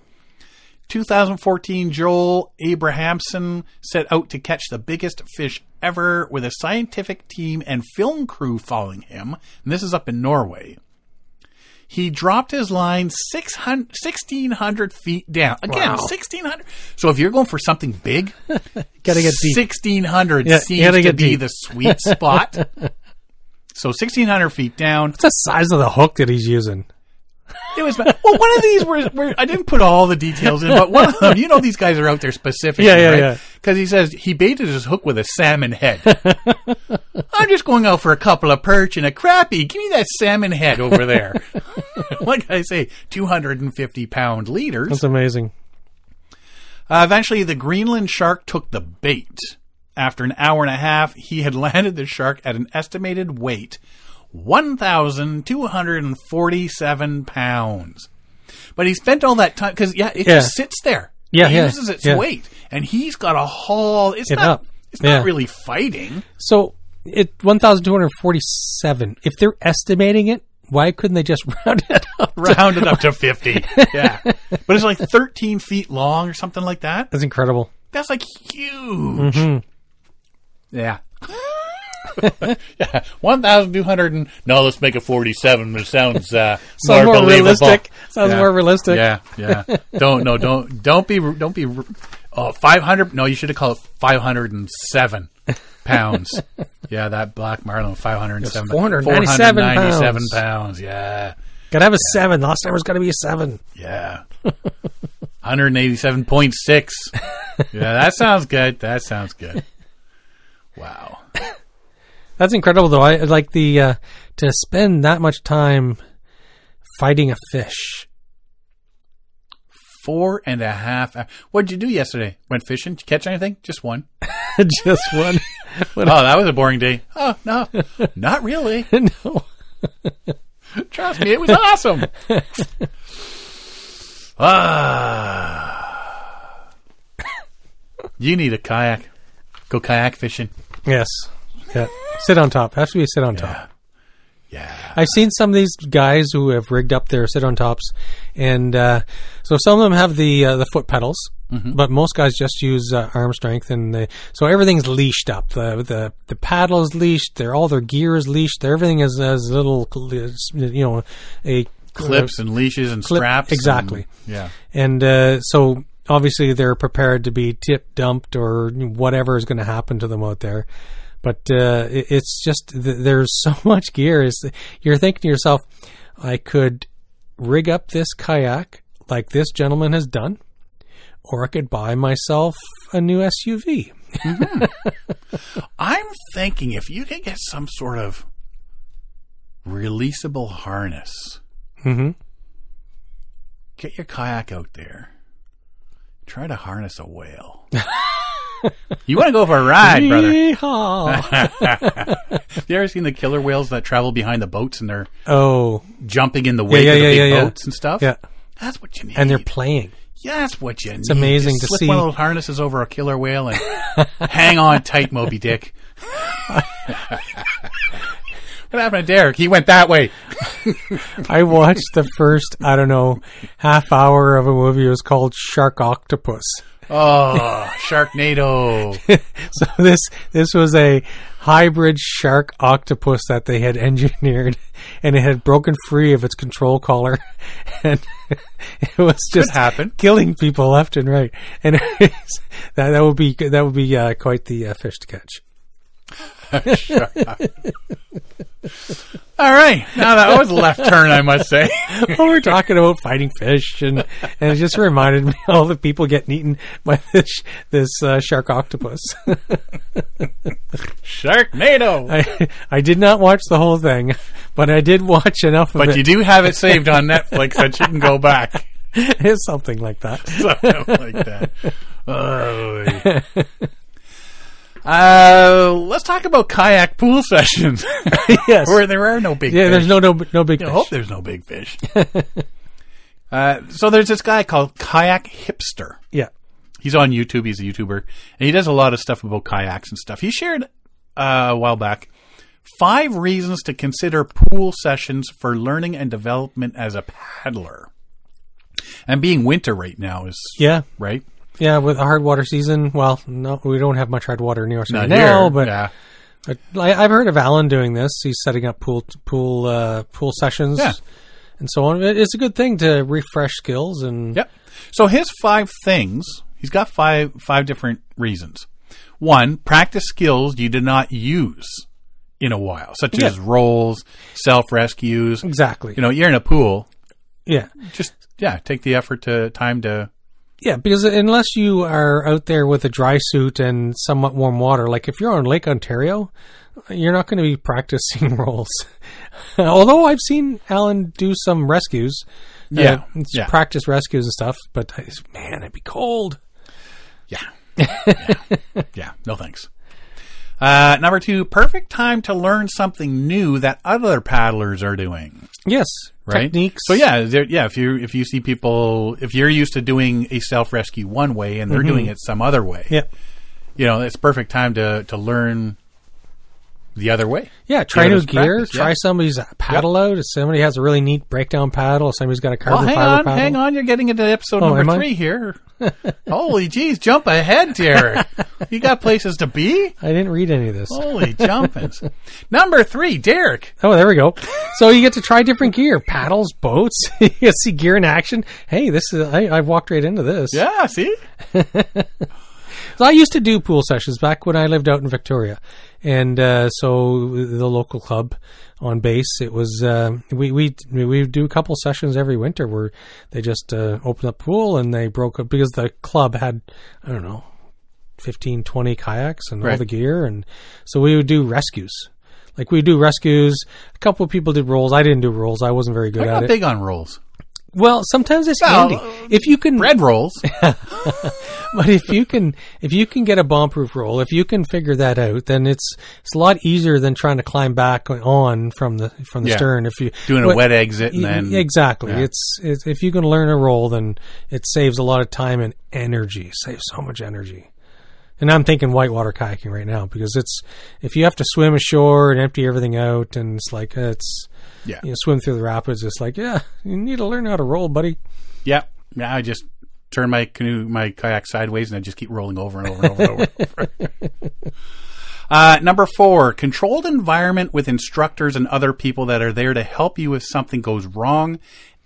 [SPEAKER 1] 2014, Joel Abrahamson set out to catch the biggest fish ever with a scientific team and film crew following him. And this is up in Norway. He dropped his line 600, 1,600 feet down. Again,
[SPEAKER 2] Wow.
[SPEAKER 1] 1,600. So if you're going for something big,
[SPEAKER 2] Gotta get deep.
[SPEAKER 1] 1,600
[SPEAKER 2] Yeah, you
[SPEAKER 1] seems
[SPEAKER 2] gotta
[SPEAKER 1] to
[SPEAKER 2] get
[SPEAKER 1] be
[SPEAKER 2] deep.
[SPEAKER 1] the sweet
[SPEAKER 2] [LAUGHS]
[SPEAKER 1] spot. so 1,600 feet down.
[SPEAKER 2] What's the size of the hook that he's using?
[SPEAKER 1] It was well. One of these were, were I didn't put all the details in, but one of them, you know, these guys are out there specifically,
[SPEAKER 2] Yeah, yeah,
[SPEAKER 1] right?
[SPEAKER 2] yeah.
[SPEAKER 1] Because he says he baited his hook with a salmon head. [LAUGHS] I'm just going out for a couple of perch and a crappie. Give me that salmon head over there. [LAUGHS] like I say, 250 pound leaders.
[SPEAKER 2] That's amazing.
[SPEAKER 1] Uh, eventually, the Greenland shark took the bait. After an hour and a half, he had [LAUGHS] landed the shark at an estimated weight 1,247 pounds. But he spent all that time because yeah, it
[SPEAKER 2] Yeah.
[SPEAKER 1] just sits there.
[SPEAKER 2] Yeah,
[SPEAKER 1] it
[SPEAKER 2] yeah,
[SPEAKER 1] uses its
[SPEAKER 2] yeah.
[SPEAKER 1] weight, and he's got a haul. It's
[SPEAKER 2] It
[SPEAKER 1] not.
[SPEAKER 2] up.
[SPEAKER 1] It's
[SPEAKER 2] Yeah.
[SPEAKER 1] not really
[SPEAKER 2] [LAUGHS]
[SPEAKER 1] fighting.
[SPEAKER 2] So it 1,247. If they're estimating it, why couldn't they just [LAUGHS] round it up?
[SPEAKER 1] Rounded up
[SPEAKER 2] [LAUGHS]
[SPEAKER 1] to fifty. yeah, but it's like thirteen feet long or something like that.
[SPEAKER 2] That's incredible.
[SPEAKER 1] That's like huge. Yeah. Mm-hmm. [LAUGHS] yeah. 1,200 and... No, let's make it 47. It sounds, uh,
[SPEAKER 2] [LAUGHS] Sounds more,
[SPEAKER 1] believable.
[SPEAKER 2] realistic. Sounds
[SPEAKER 1] Yeah.
[SPEAKER 2] more realistic.
[SPEAKER 1] Yeah, yeah. Don't, no, don't, don't be, don't be, oh, 500. No, you should have called it 507
[SPEAKER 2] [LAUGHS]
[SPEAKER 1] pounds. yeah, that black marlin, 507.
[SPEAKER 2] 497 pounds.
[SPEAKER 1] 497 pounds. Yeah,
[SPEAKER 2] Gotta have a seven. Last time was gotta be a seven.
[SPEAKER 1] yeah. 187.6. Yeah, that sounds good. That sounds good. Wow.
[SPEAKER 2] That's incredible, though. I like the uh, to spend that much time fighting a fish. [LAUGHS]
[SPEAKER 1] Four and a half. hou- What'd you do yesterday? Went fishing? Did you catch anything? Just one.
[SPEAKER 2] Just one. [LAUGHS]
[SPEAKER 1] oh, that was a boring day. Oh no, not really.
[SPEAKER 2] no.
[SPEAKER 1] Trust me, it was awesome. ah, you need a kayak. Go kayak fishing.
[SPEAKER 2] Yes. Yeah. Sit on top. Has to be sit on top.
[SPEAKER 1] Yeah,
[SPEAKER 2] I've seen some of these guys who have rigged up their sit on tops, and uh, so some of them have the uh, the foot pedals, but most guys just use uh, arm strength, and they, so everything's leashed up. the the The paddle is leashed. Their all their gear is leashed. Everything is as little, you know, a
[SPEAKER 1] clips and leashes and
[SPEAKER 2] Clip-
[SPEAKER 1] straps. and-
[SPEAKER 2] exactly.
[SPEAKER 1] yeah.
[SPEAKER 2] and uh, so obviously they're prepared to be tip dumped or whatever is going to happen to them out there. But uh, it, it's just th- there's [LAUGHS] so much gear. Is you're thinking to yourself, I could rig up this kayak like this gentleman has done, or I could buy myself a new SUV.
[SPEAKER 1] I'm thinking if you could get some sort of releasable harness,
[SPEAKER 2] Mm-hmm.
[SPEAKER 1] get your kayak out there. Try to harness a
[SPEAKER 2] [LAUGHS]
[SPEAKER 1] whale. you want to go for a ride, brother? [LAUGHS] Have you ever seen the killer whales that travel behind the boats and they're
[SPEAKER 2] oh,
[SPEAKER 1] jumping in the wake
[SPEAKER 2] yeah,
[SPEAKER 1] of the
[SPEAKER 2] yeah,
[SPEAKER 1] big
[SPEAKER 2] yeah, yeah.
[SPEAKER 1] boats and stuff?
[SPEAKER 2] yeah,
[SPEAKER 1] That's what you need.
[SPEAKER 2] and they're playing.
[SPEAKER 1] That's what you need. It's
[SPEAKER 2] amazing to
[SPEAKER 1] slip
[SPEAKER 2] see.
[SPEAKER 1] one of those harnesses over a killer
[SPEAKER 2] [LAUGHS]
[SPEAKER 1] whale and hang on tight, Moby Dick. what happened to Derek? He went that way.
[SPEAKER 2] I watched the first, I don't know, half hour of a movie. It was called Shark Octopus. [LAUGHS]
[SPEAKER 1] Oh, Sharknado. [LAUGHS]
[SPEAKER 2] So this this was a hybrid shark octopus that they had [LAUGHS] engineered, and it had broken free of its control collar, [LAUGHS] and it was just
[SPEAKER 1] happen.
[SPEAKER 2] killing people left and right. And [LAUGHS] that that would be that would be uh, quite the uh, fish to catch. [LAUGHS]
[SPEAKER 1] All right. Now that was a left turn, I must say.
[SPEAKER 2] Well, we're talking about fighting fish, and and it just reminded [LAUGHS] me all the people getting eaten by this this uh, shark octopus.
[SPEAKER 1] [LAUGHS]
[SPEAKER 2] [LAUGHS]
[SPEAKER 1] Sharknado.
[SPEAKER 2] I, [LAUGHS] I did not watch the whole thing, [LAUGHS] but I did watch enough of
[SPEAKER 1] But you
[SPEAKER 2] it.
[SPEAKER 1] do have it saved on Netflix that you can go back.
[SPEAKER 2] [LAUGHS]
[SPEAKER 1] [LAUGHS]
[SPEAKER 2] It's something like that.
[SPEAKER 1] something like that. Oh. Uh, let's talk about kayak pool [LAUGHS] sessions
[SPEAKER 2] [LAUGHS] yes.
[SPEAKER 1] where there are no big
[SPEAKER 2] yeah,
[SPEAKER 1] fish.
[SPEAKER 2] there's no no, no big
[SPEAKER 1] I
[SPEAKER 2] fish.
[SPEAKER 1] hope there's no big fish. [LAUGHS] uh, so there's this guy called Kayak Hipster.
[SPEAKER 2] Yeah.
[SPEAKER 1] He's on YouTube. He's a YouTuber, and he does a lot of stuff about kayaks and stuff. He shared uh, a while back five reasons to consider pool sessions for learning and development as a paddler. And being winter right now is
[SPEAKER 2] Yeah.
[SPEAKER 1] right.
[SPEAKER 2] Yeah, with a hard water season, well, no, we don't have much hard water near us right
[SPEAKER 1] Not
[SPEAKER 2] now,
[SPEAKER 1] here.
[SPEAKER 2] but,
[SPEAKER 1] yeah.
[SPEAKER 2] but I, I've heard of Alan doing this. He's setting up pool pool uh, pool sessions.
[SPEAKER 1] Yeah.
[SPEAKER 2] and so on. It- It's a good thing to refresh skills and
[SPEAKER 1] Yep. So his five things, he's got five five different reasons. One, practice skills you did not use in a while, such
[SPEAKER 2] Yeah.
[SPEAKER 1] as rolls, self rescues.
[SPEAKER 2] exactly.
[SPEAKER 1] You know, you're in a pool.
[SPEAKER 2] yeah.
[SPEAKER 1] Just yeah, take the effort to time to
[SPEAKER 2] Yeah, because unless you are out there with a dry suit and somewhat warm water, like if you're on Lake Ontario, you're not going to be practicing [LAUGHS] rolls. Although I've seen Alan do some rescues, uh,
[SPEAKER 1] Yeah,
[SPEAKER 2] s-
[SPEAKER 1] yeah.
[SPEAKER 2] practice rescues and stuff. But I- man, it'd be cold. [LAUGHS]
[SPEAKER 1] yeah. yeah. Yeah. No thanks. Uh, number two, perfect time to learn something new that other paddlers are doing.
[SPEAKER 2] Yes,
[SPEAKER 1] right?
[SPEAKER 2] techniques.
[SPEAKER 1] So yeah, there, yeah. If you if you see people, if you're used to doing a self rescue one way and they're doing it some other way,
[SPEAKER 2] Mm-hmm. yeah,
[SPEAKER 1] you know, it's perfect time to to learn the other way.
[SPEAKER 2] yeah. Try
[SPEAKER 1] Give it
[SPEAKER 2] new
[SPEAKER 1] as
[SPEAKER 2] gear.
[SPEAKER 1] practice, yeah.
[SPEAKER 2] Try somebody's paddle out. If somebody has a really neat breakdown paddle, if somebody's got a
[SPEAKER 1] Well,
[SPEAKER 2] carbon
[SPEAKER 1] hang
[SPEAKER 2] fiber
[SPEAKER 1] on,
[SPEAKER 2] paddle.
[SPEAKER 1] hang on. You're getting into episode
[SPEAKER 2] Oh, am
[SPEAKER 1] number
[SPEAKER 2] I?
[SPEAKER 1] three
[SPEAKER 2] [LAUGHS]
[SPEAKER 1] here. Holy jeez, jump ahead, Derek. you got places to be.
[SPEAKER 2] I didn't read any of this.
[SPEAKER 1] Holy jumpins. number three, Derek.
[SPEAKER 2] Oh, there we go. So you get to try different gear, paddles, boats. [LAUGHS] you get to see gear in action. Hey, this is I, I walked right into this.
[SPEAKER 1] Yeah, see,
[SPEAKER 2] So I used to do pool sessions back when I lived out in Victoria, and uh, so the local club on base. It was uh, we we we do a couple sessions every winter where they just uh, open up pool and they broke up because the club had I don't know 15, 20 kayaks and all
[SPEAKER 1] Right.
[SPEAKER 2] the gear. And so we would do rescues. Like we would do rescues. A couple of people did rolls. I didn't do rolls. I wasn't very good
[SPEAKER 1] I'm
[SPEAKER 2] at
[SPEAKER 1] not
[SPEAKER 2] it.
[SPEAKER 1] big on rolls.
[SPEAKER 2] well, sometimes it's
[SPEAKER 1] Well,
[SPEAKER 2] handy.
[SPEAKER 1] uh,
[SPEAKER 2] If you can,
[SPEAKER 1] Bread rolls.
[SPEAKER 2] [LAUGHS] but if you can, if you can get a bomb-proof roll, if you can figure that out, then it's it's a lot easier than trying to climb back on from the from the
[SPEAKER 1] Yeah.
[SPEAKER 2] stern. If you
[SPEAKER 1] Doing a
[SPEAKER 2] but-
[SPEAKER 1] wet exit and
[SPEAKER 2] y-
[SPEAKER 1] then
[SPEAKER 2] exactly,
[SPEAKER 1] yeah.
[SPEAKER 2] it's, it's if you can learn a roll, then it saves a lot of time and energy. Saves so much energy. And I'm thinking whitewater kayaking right now because it's if you have to swim ashore and empty everything out, and it's like uh, it's
[SPEAKER 1] yeah,
[SPEAKER 2] you know, swim through the rapids. It's like yeah, you need to learn how to roll, buddy.
[SPEAKER 1] Yeah. Yeah, I just turn my canoe, my kayak sideways, and I just keep rolling over and over and over and over. [LAUGHS] and over. uh, number four, controlled environment with instructors and other people that are there to help you if something goes wrong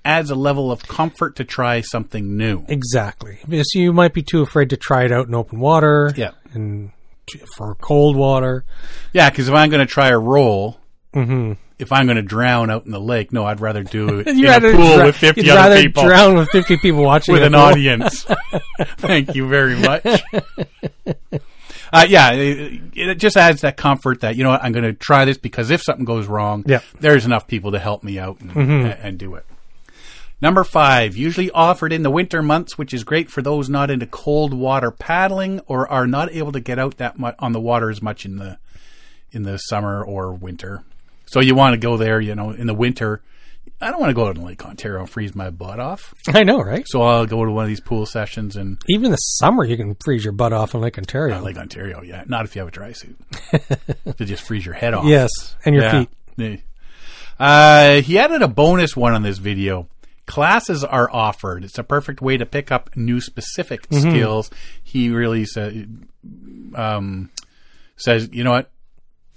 [SPEAKER 1] adds a level of comfort to try something new.
[SPEAKER 2] Exactly. Because you might be too afraid to try it out in open water.
[SPEAKER 1] Yeah.
[SPEAKER 2] And t- for cold water.
[SPEAKER 1] Yeah, because if I'm going to try a roll,
[SPEAKER 2] Mm-hmm.
[SPEAKER 1] if I'm going to drown out in the lake, no, I'd rather
[SPEAKER 2] [LAUGHS]
[SPEAKER 1] do it in a
[SPEAKER 2] rather
[SPEAKER 1] pool
[SPEAKER 2] dr-
[SPEAKER 1] with 50
[SPEAKER 2] you'd
[SPEAKER 1] other
[SPEAKER 2] rather
[SPEAKER 1] people.
[SPEAKER 2] drown with 50 people watching
[SPEAKER 1] with
[SPEAKER 2] it.
[SPEAKER 1] an audience. [LAUGHS] Thank you very
[SPEAKER 2] [LAUGHS]
[SPEAKER 1] much. Uh, yeah, it, it just adds that comfort that you know what I'm going to try this because if something goes wrong,
[SPEAKER 2] Yeah. Mm-hmm.
[SPEAKER 1] there's enough people to help me out and, and do it. Number five, usually offered in the winter months, which is great for those not into cold water paddling or are not able to get out that much on the water as much in the in the summer or winter. So you want to go there, you know, in the winter. I don't want to go out in Lake Ontario and freeze my butt off.
[SPEAKER 2] [LAUGHS] I know, right?
[SPEAKER 1] So I'll go to one of these pool sessions in
[SPEAKER 2] Even the summer, you can freeze your butt off in Lake Ontario.
[SPEAKER 1] Lake Ontario. Yeah, not if you have a dry
[SPEAKER 2] [LAUGHS]
[SPEAKER 1] suit. to just freeze your head off.
[SPEAKER 2] yes. And your
[SPEAKER 1] Yeah.
[SPEAKER 2] feet.
[SPEAKER 1] Yeah. Uh, he added a bonus one on this video. Classes are offered. It's a perfect way to pick up new specific
[SPEAKER 2] Mm-hmm.
[SPEAKER 1] skills. He really said, um, says, you know what?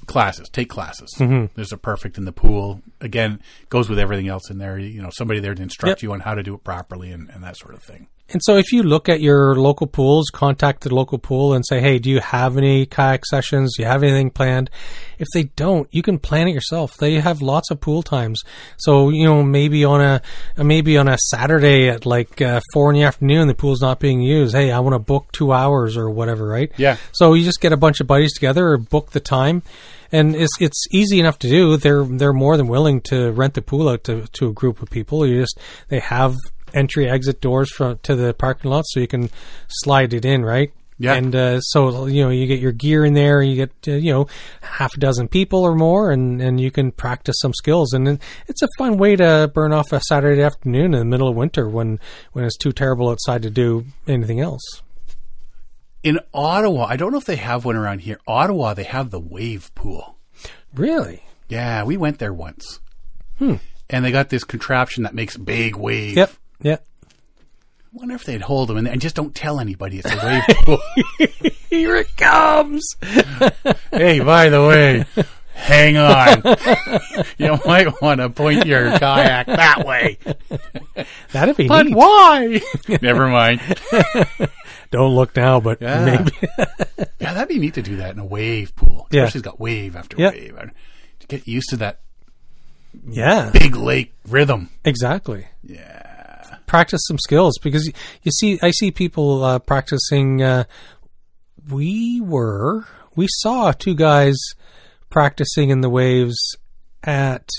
[SPEAKER 1] Classes, take classes.
[SPEAKER 2] Mm-hmm.
[SPEAKER 1] There's a perfect in the pool. Again, goes with everything else in there. You know, somebody there to instruct
[SPEAKER 2] Yep.
[SPEAKER 1] you on how to do it properly and, and that sort of thing.
[SPEAKER 2] And so if you look at your local pools, contact the local pool and say, hey, do you have any kayak sessions? Do you have anything planned? If they don't, you can plan it yourself. They have lots of pool times. So, you know, maybe on a, uh, maybe on a Saturday at like uh, four in the afternoon, the pool's not being used. Hey, I want to book two hours or whatever, right?
[SPEAKER 1] Yeah.
[SPEAKER 2] So you just get a bunch of buddies together or book the time. And it's it's easy enough to do. They're they're more than willing to rent the pool out to, to a group of people. You just they have entry exit doors from to the parking lot, so you can slide it in, right?
[SPEAKER 1] Yeah.
[SPEAKER 2] And uh, so you know you get your gear in there, you get uh, you know half a dozen people or more, and and you can practice some skills. And then it's a fun way to burn off a Saturday afternoon in the middle of winter when when it's too terrible outside to do anything else.
[SPEAKER 1] In Ottawa, I don't know if they have one around here. Ottawa, they have the wave pool.
[SPEAKER 2] Really?
[SPEAKER 1] Yeah, we went there once. And they got this contraption that makes big waves.
[SPEAKER 2] Hmm. Yep. Yep.
[SPEAKER 1] wonder if they'd hold them in there and just don't tell anybody it's a
[SPEAKER 2] [LAUGHS]
[SPEAKER 1] wave pool.
[SPEAKER 2] Here it comes. [LAUGHS]
[SPEAKER 1] hey, by the way, hang on. [LAUGHS] you might want to point your kayak that way.
[SPEAKER 2] That'd be
[SPEAKER 1] But
[SPEAKER 2] neat.
[SPEAKER 1] why? [LAUGHS] Never mind.
[SPEAKER 2] Don't look now, but
[SPEAKER 1] Yeah.
[SPEAKER 2] [LAUGHS] maybe.
[SPEAKER 1] [LAUGHS] Yeah, that'd be neat to do that in a wave pool.
[SPEAKER 2] Yeah.
[SPEAKER 1] Especially it's got wave after
[SPEAKER 2] Yeah.
[SPEAKER 1] wave. To get used to that
[SPEAKER 2] [LAUGHS] Yeah,
[SPEAKER 1] big lake rhythm.
[SPEAKER 2] exactly.
[SPEAKER 1] Yeah.
[SPEAKER 2] Practice some skills because you, you see, I see people uh, practicing. Uh, we were, we saw two guys practicing in the waves at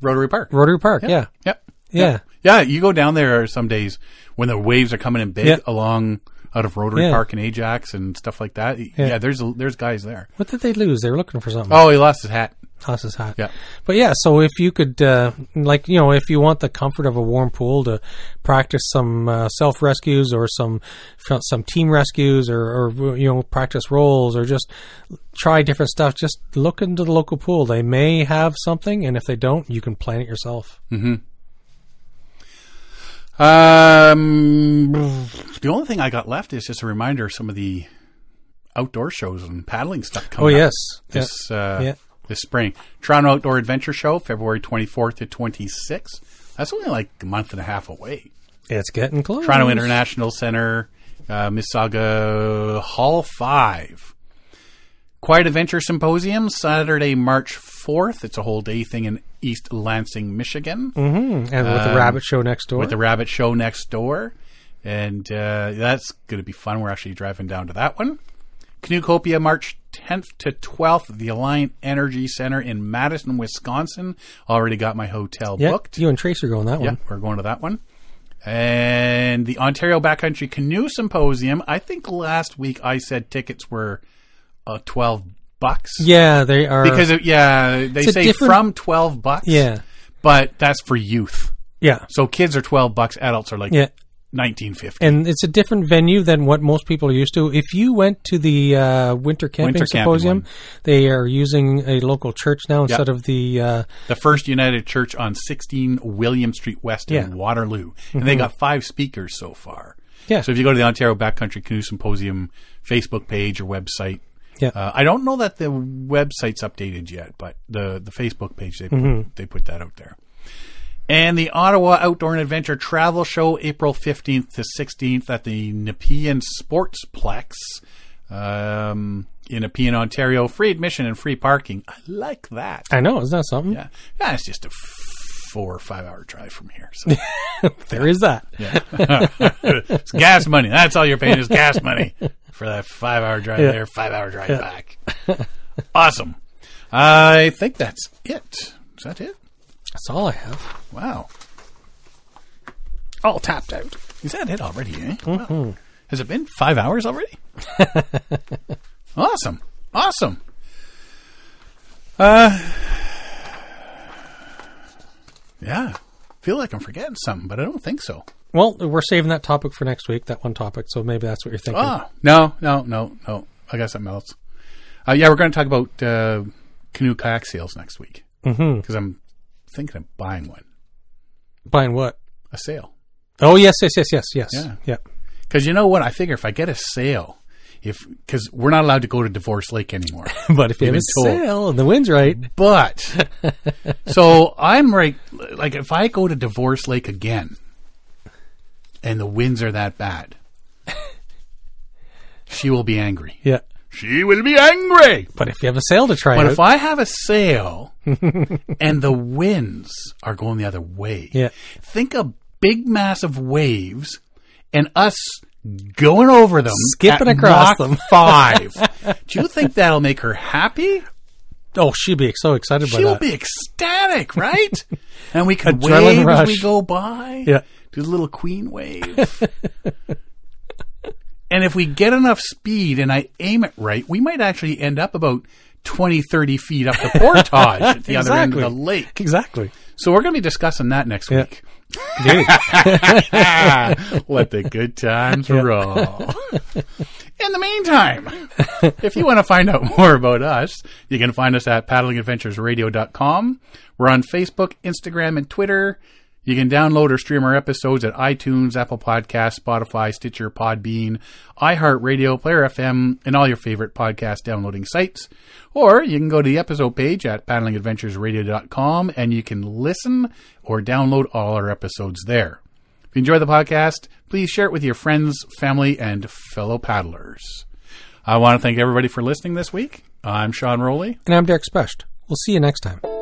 [SPEAKER 1] Rotary Park.
[SPEAKER 2] Rotary Park. Yeah,
[SPEAKER 1] Yep.
[SPEAKER 2] yeah,
[SPEAKER 1] Yeah, you go down there some days when the waves are coming in big
[SPEAKER 2] Yeah.
[SPEAKER 1] along out of Rotary
[SPEAKER 2] Yeah.
[SPEAKER 1] Park and Ajax and stuff like that. Yeah, there's there's guys there.
[SPEAKER 2] What did they lose? They were looking for something.
[SPEAKER 1] Oh, he lost his hat.
[SPEAKER 2] House is hot.
[SPEAKER 1] Yeah.
[SPEAKER 2] But yeah, so if you could, uh, like, you know, if you want the comfort of a warm pool to practice some uh, self rescues or some some team rescues or, or you know practice roles or just try different stuff, just look into the local pool. They may have something, and if they don't, you can plan it yourself.
[SPEAKER 1] Mm-hmm. Um, the only thing I got left is just a reminder of some of the outdoor shows and paddling stuff
[SPEAKER 2] Oh
[SPEAKER 1] coming up
[SPEAKER 2] yes, yeah.
[SPEAKER 1] this uh,
[SPEAKER 2] Yeah.
[SPEAKER 1] this spring. Toronto Outdoor Adventure Show, February 24th to 26th. That's only like a month and a half away.
[SPEAKER 2] it's getting close.
[SPEAKER 1] Toronto International Center, uh, Mississauga Hall 5. Quiet Adventure Symposium, Saturday, March 4th. It's a whole day thing in East Lansing, Michigan,
[SPEAKER 2] Mm, and with the rabbit show next door.
[SPEAKER 1] uh, with the Rabbit Show next door. And uh, that's going to be fun. We're actually driving down to that one. Canoecopia, March 10th to 12th, the Alliant Energy Center in Madison, Wisconsin. Already got my hotel
[SPEAKER 2] yeah,
[SPEAKER 1] booked.
[SPEAKER 2] you and Trace are going that
[SPEAKER 1] Yeah,
[SPEAKER 2] one.
[SPEAKER 1] we're going to that one. And the Ontario Backcountry Canoe Symposium. I think last week I said tickets were uh, twelve bucks.
[SPEAKER 2] Yeah, they are.
[SPEAKER 1] Because it- yeah, they
[SPEAKER 2] It's a
[SPEAKER 1] say
[SPEAKER 2] different-
[SPEAKER 1] from twelve bucks.
[SPEAKER 2] yeah,
[SPEAKER 1] but that's for youth.
[SPEAKER 2] yeah,
[SPEAKER 1] So kids are twelve bucks. Adults are like
[SPEAKER 2] yeah.
[SPEAKER 1] nineteen fifty.
[SPEAKER 2] and it's a different venue than what most people are used to. If you went to the uh, winter camping
[SPEAKER 1] Winter camping
[SPEAKER 2] symposium,
[SPEAKER 1] one.
[SPEAKER 2] they are using a local church now instead of the uh,
[SPEAKER 1] The First United Church on sixteen William Street West in
[SPEAKER 2] Yeah. Mm-hmm.
[SPEAKER 1] Waterloo, and they got five speakers so far. [LAUGHS]
[SPEAKER 2] yeah.
[SPEAKER 1] So if you go to the Ontario Backcountry Canoe Symposium Facebook page or website,
[SPEAKER 2] Yeah.
[SPEAKER 1] uh, I don't know that the website's updated yet, but the the Facebook page they
[SPEAKER 2] Mm-hmm.
[SPEAKER 1] put, they put that out there. And the Ottawa Outdoor and Adventure Travel Show, April fifteenth to sixteenth at the Nepean Sportsplex um, in Nepean, Ontario. Free admission and free parking. I like that.
[SPEAKER 2] I know, isn't that something?
[SPEAKER 1] Yeah, yeah it's just a f- four or five hour drive from here. So.
[SPEAKER 2] There is that.
[SPEAKER 1] It's [LAUGHS] gas money. That's all you're paying is gas money for that five hour drive
[SPEAKER 2] Yeah.
[SPEAKER 1] there, five hour drive back. awesome. I think that's it. Is that it?
[SPEAKER 2] That's all I have.
[SPEAKER 1] Wow. All tapped out. Is that it already? Eh?
[SPEAKER 2] Mm-hmm.
[SPEAKER 1] Wow. Has it been five hours
[SPEAKER 2] [LAUGHS]
[SPEAKER 1] already? awesome. Awesome. Uh, yeah. Feel like I'm forgetting something, but I don't think so.
[SPEAKER 2] Well, we're saving that topic for next week. That one topic. So maybe that's what you're thinking.
[SPEAKER 1] Ah, no, no, no, no. I got something else. Uh, yeah, we're going to talk about uh, canoe kayak sales next week because I'm thinking of buying one,
[SPEAKER 2] Buying what?
[SPEAKER 1] a sale.
[SPEAKER 2] Oh yes, yes, yes, yes, yes.
[SPEAKER 1] Yeah.
[SPEAKER 2] yeah. [LAUGHS]
[SPEAKER 1] Because you know what? I figure if I get a sale, if because we're not allowed to go to Divorce Lake [LAUGHS] anymore.
[SPEAKER 2] But if you have a
[SPEAKER 1] Even told.
[SPEAKER 2] sale and the wind's right,
[SPEAKER 1] [LAUGHS] but so I'm right. Like if I go to Divorce Lake again, and the winds are that [LAUGHS] bad, she will be angry.
[SPEAKER 2] yeah.
[SPEAKER 1] She will be angry.
[SPEAKER 2] But if you have a sale to try
[SPEAKER 1] But
[SPEAKER 2] out,
[SPEAKER 1] if I have a
[SPEAKER 2] [LAUGHS]
[SPEAKER 1] sale and the winds are going the other way,
[SPEAKER 2] Yeah.
[SPEAKER 1] think of big massive waves and us going over them,
[SPEAKER 2] Skipping
[SPEAKER 1] at Mach
[SPEAKER 2] across them.
[SPEAKER 1] [LAUGHS]
[SPEAKER 2] [LAUGHS]
[SPEAKER 1] five. Do you think that'll make her happy?
[SPEAKER 2] oh, she'd be so excited by
[SPEAKER 1] She will
[SPEAKER 2] that.
[SPEAKER 1] be ecstatic,
[SPEAKER 2] [LAUGHS]
[SPEAKER 1] right? and we can
[SPEAKER 2] Adrenaline
[SPEAKER 1] wave as we
[SPEAKER 2] rush.
[SPEAKER 1] go by.
[SPEAKER 2] Yeah.
[SPEAKER 1] do the little queen wave. [LAUGHS] and if we get enough speed and I aim it right, we might actually end up about 20, 30 feet up
[SPEAKER 2] [LAUGHS]
[SPEAKER 1] the portage at the other end of
[SPEAKER 2] Exactly.
[SPEAKER 1] the lake.
[SPEAKER 2] Exactly.
[SPEAKER 1] So we're going to be discussing that next
[SPEAKER 2] Yeah.
[SPEAKER 1] week. [LAUGHS]
[SPEAKER 2] Dude.
[SPEAKER 1] Let the good times roll.
[SPEAKER 2] [LAUGHS]
[SPEAKER 1] In the meantime, if you want to find out [LAUGHS] more about us, you can find us at paddlingadventuresradio.com. We're on Facebook, Instagram, and Twitter. You can download or stream our episodes at iTunes, Apple Podcasts, Spotify, Stitcher, Podbean, iHeartRadio, Player FM, and all your favorite podcast downloading sites. Or you can go to the episode page at paddlingadventuresradio.com and you can listen or download all our episodes there. If you enjoy the podcast, please share it with your friends, family, and fellow paddlers. I want to thank everybody for listening this week. I'm Sean Rowley.
[SPEAKER 2] And I'm Derek Specht. We'll see you next time.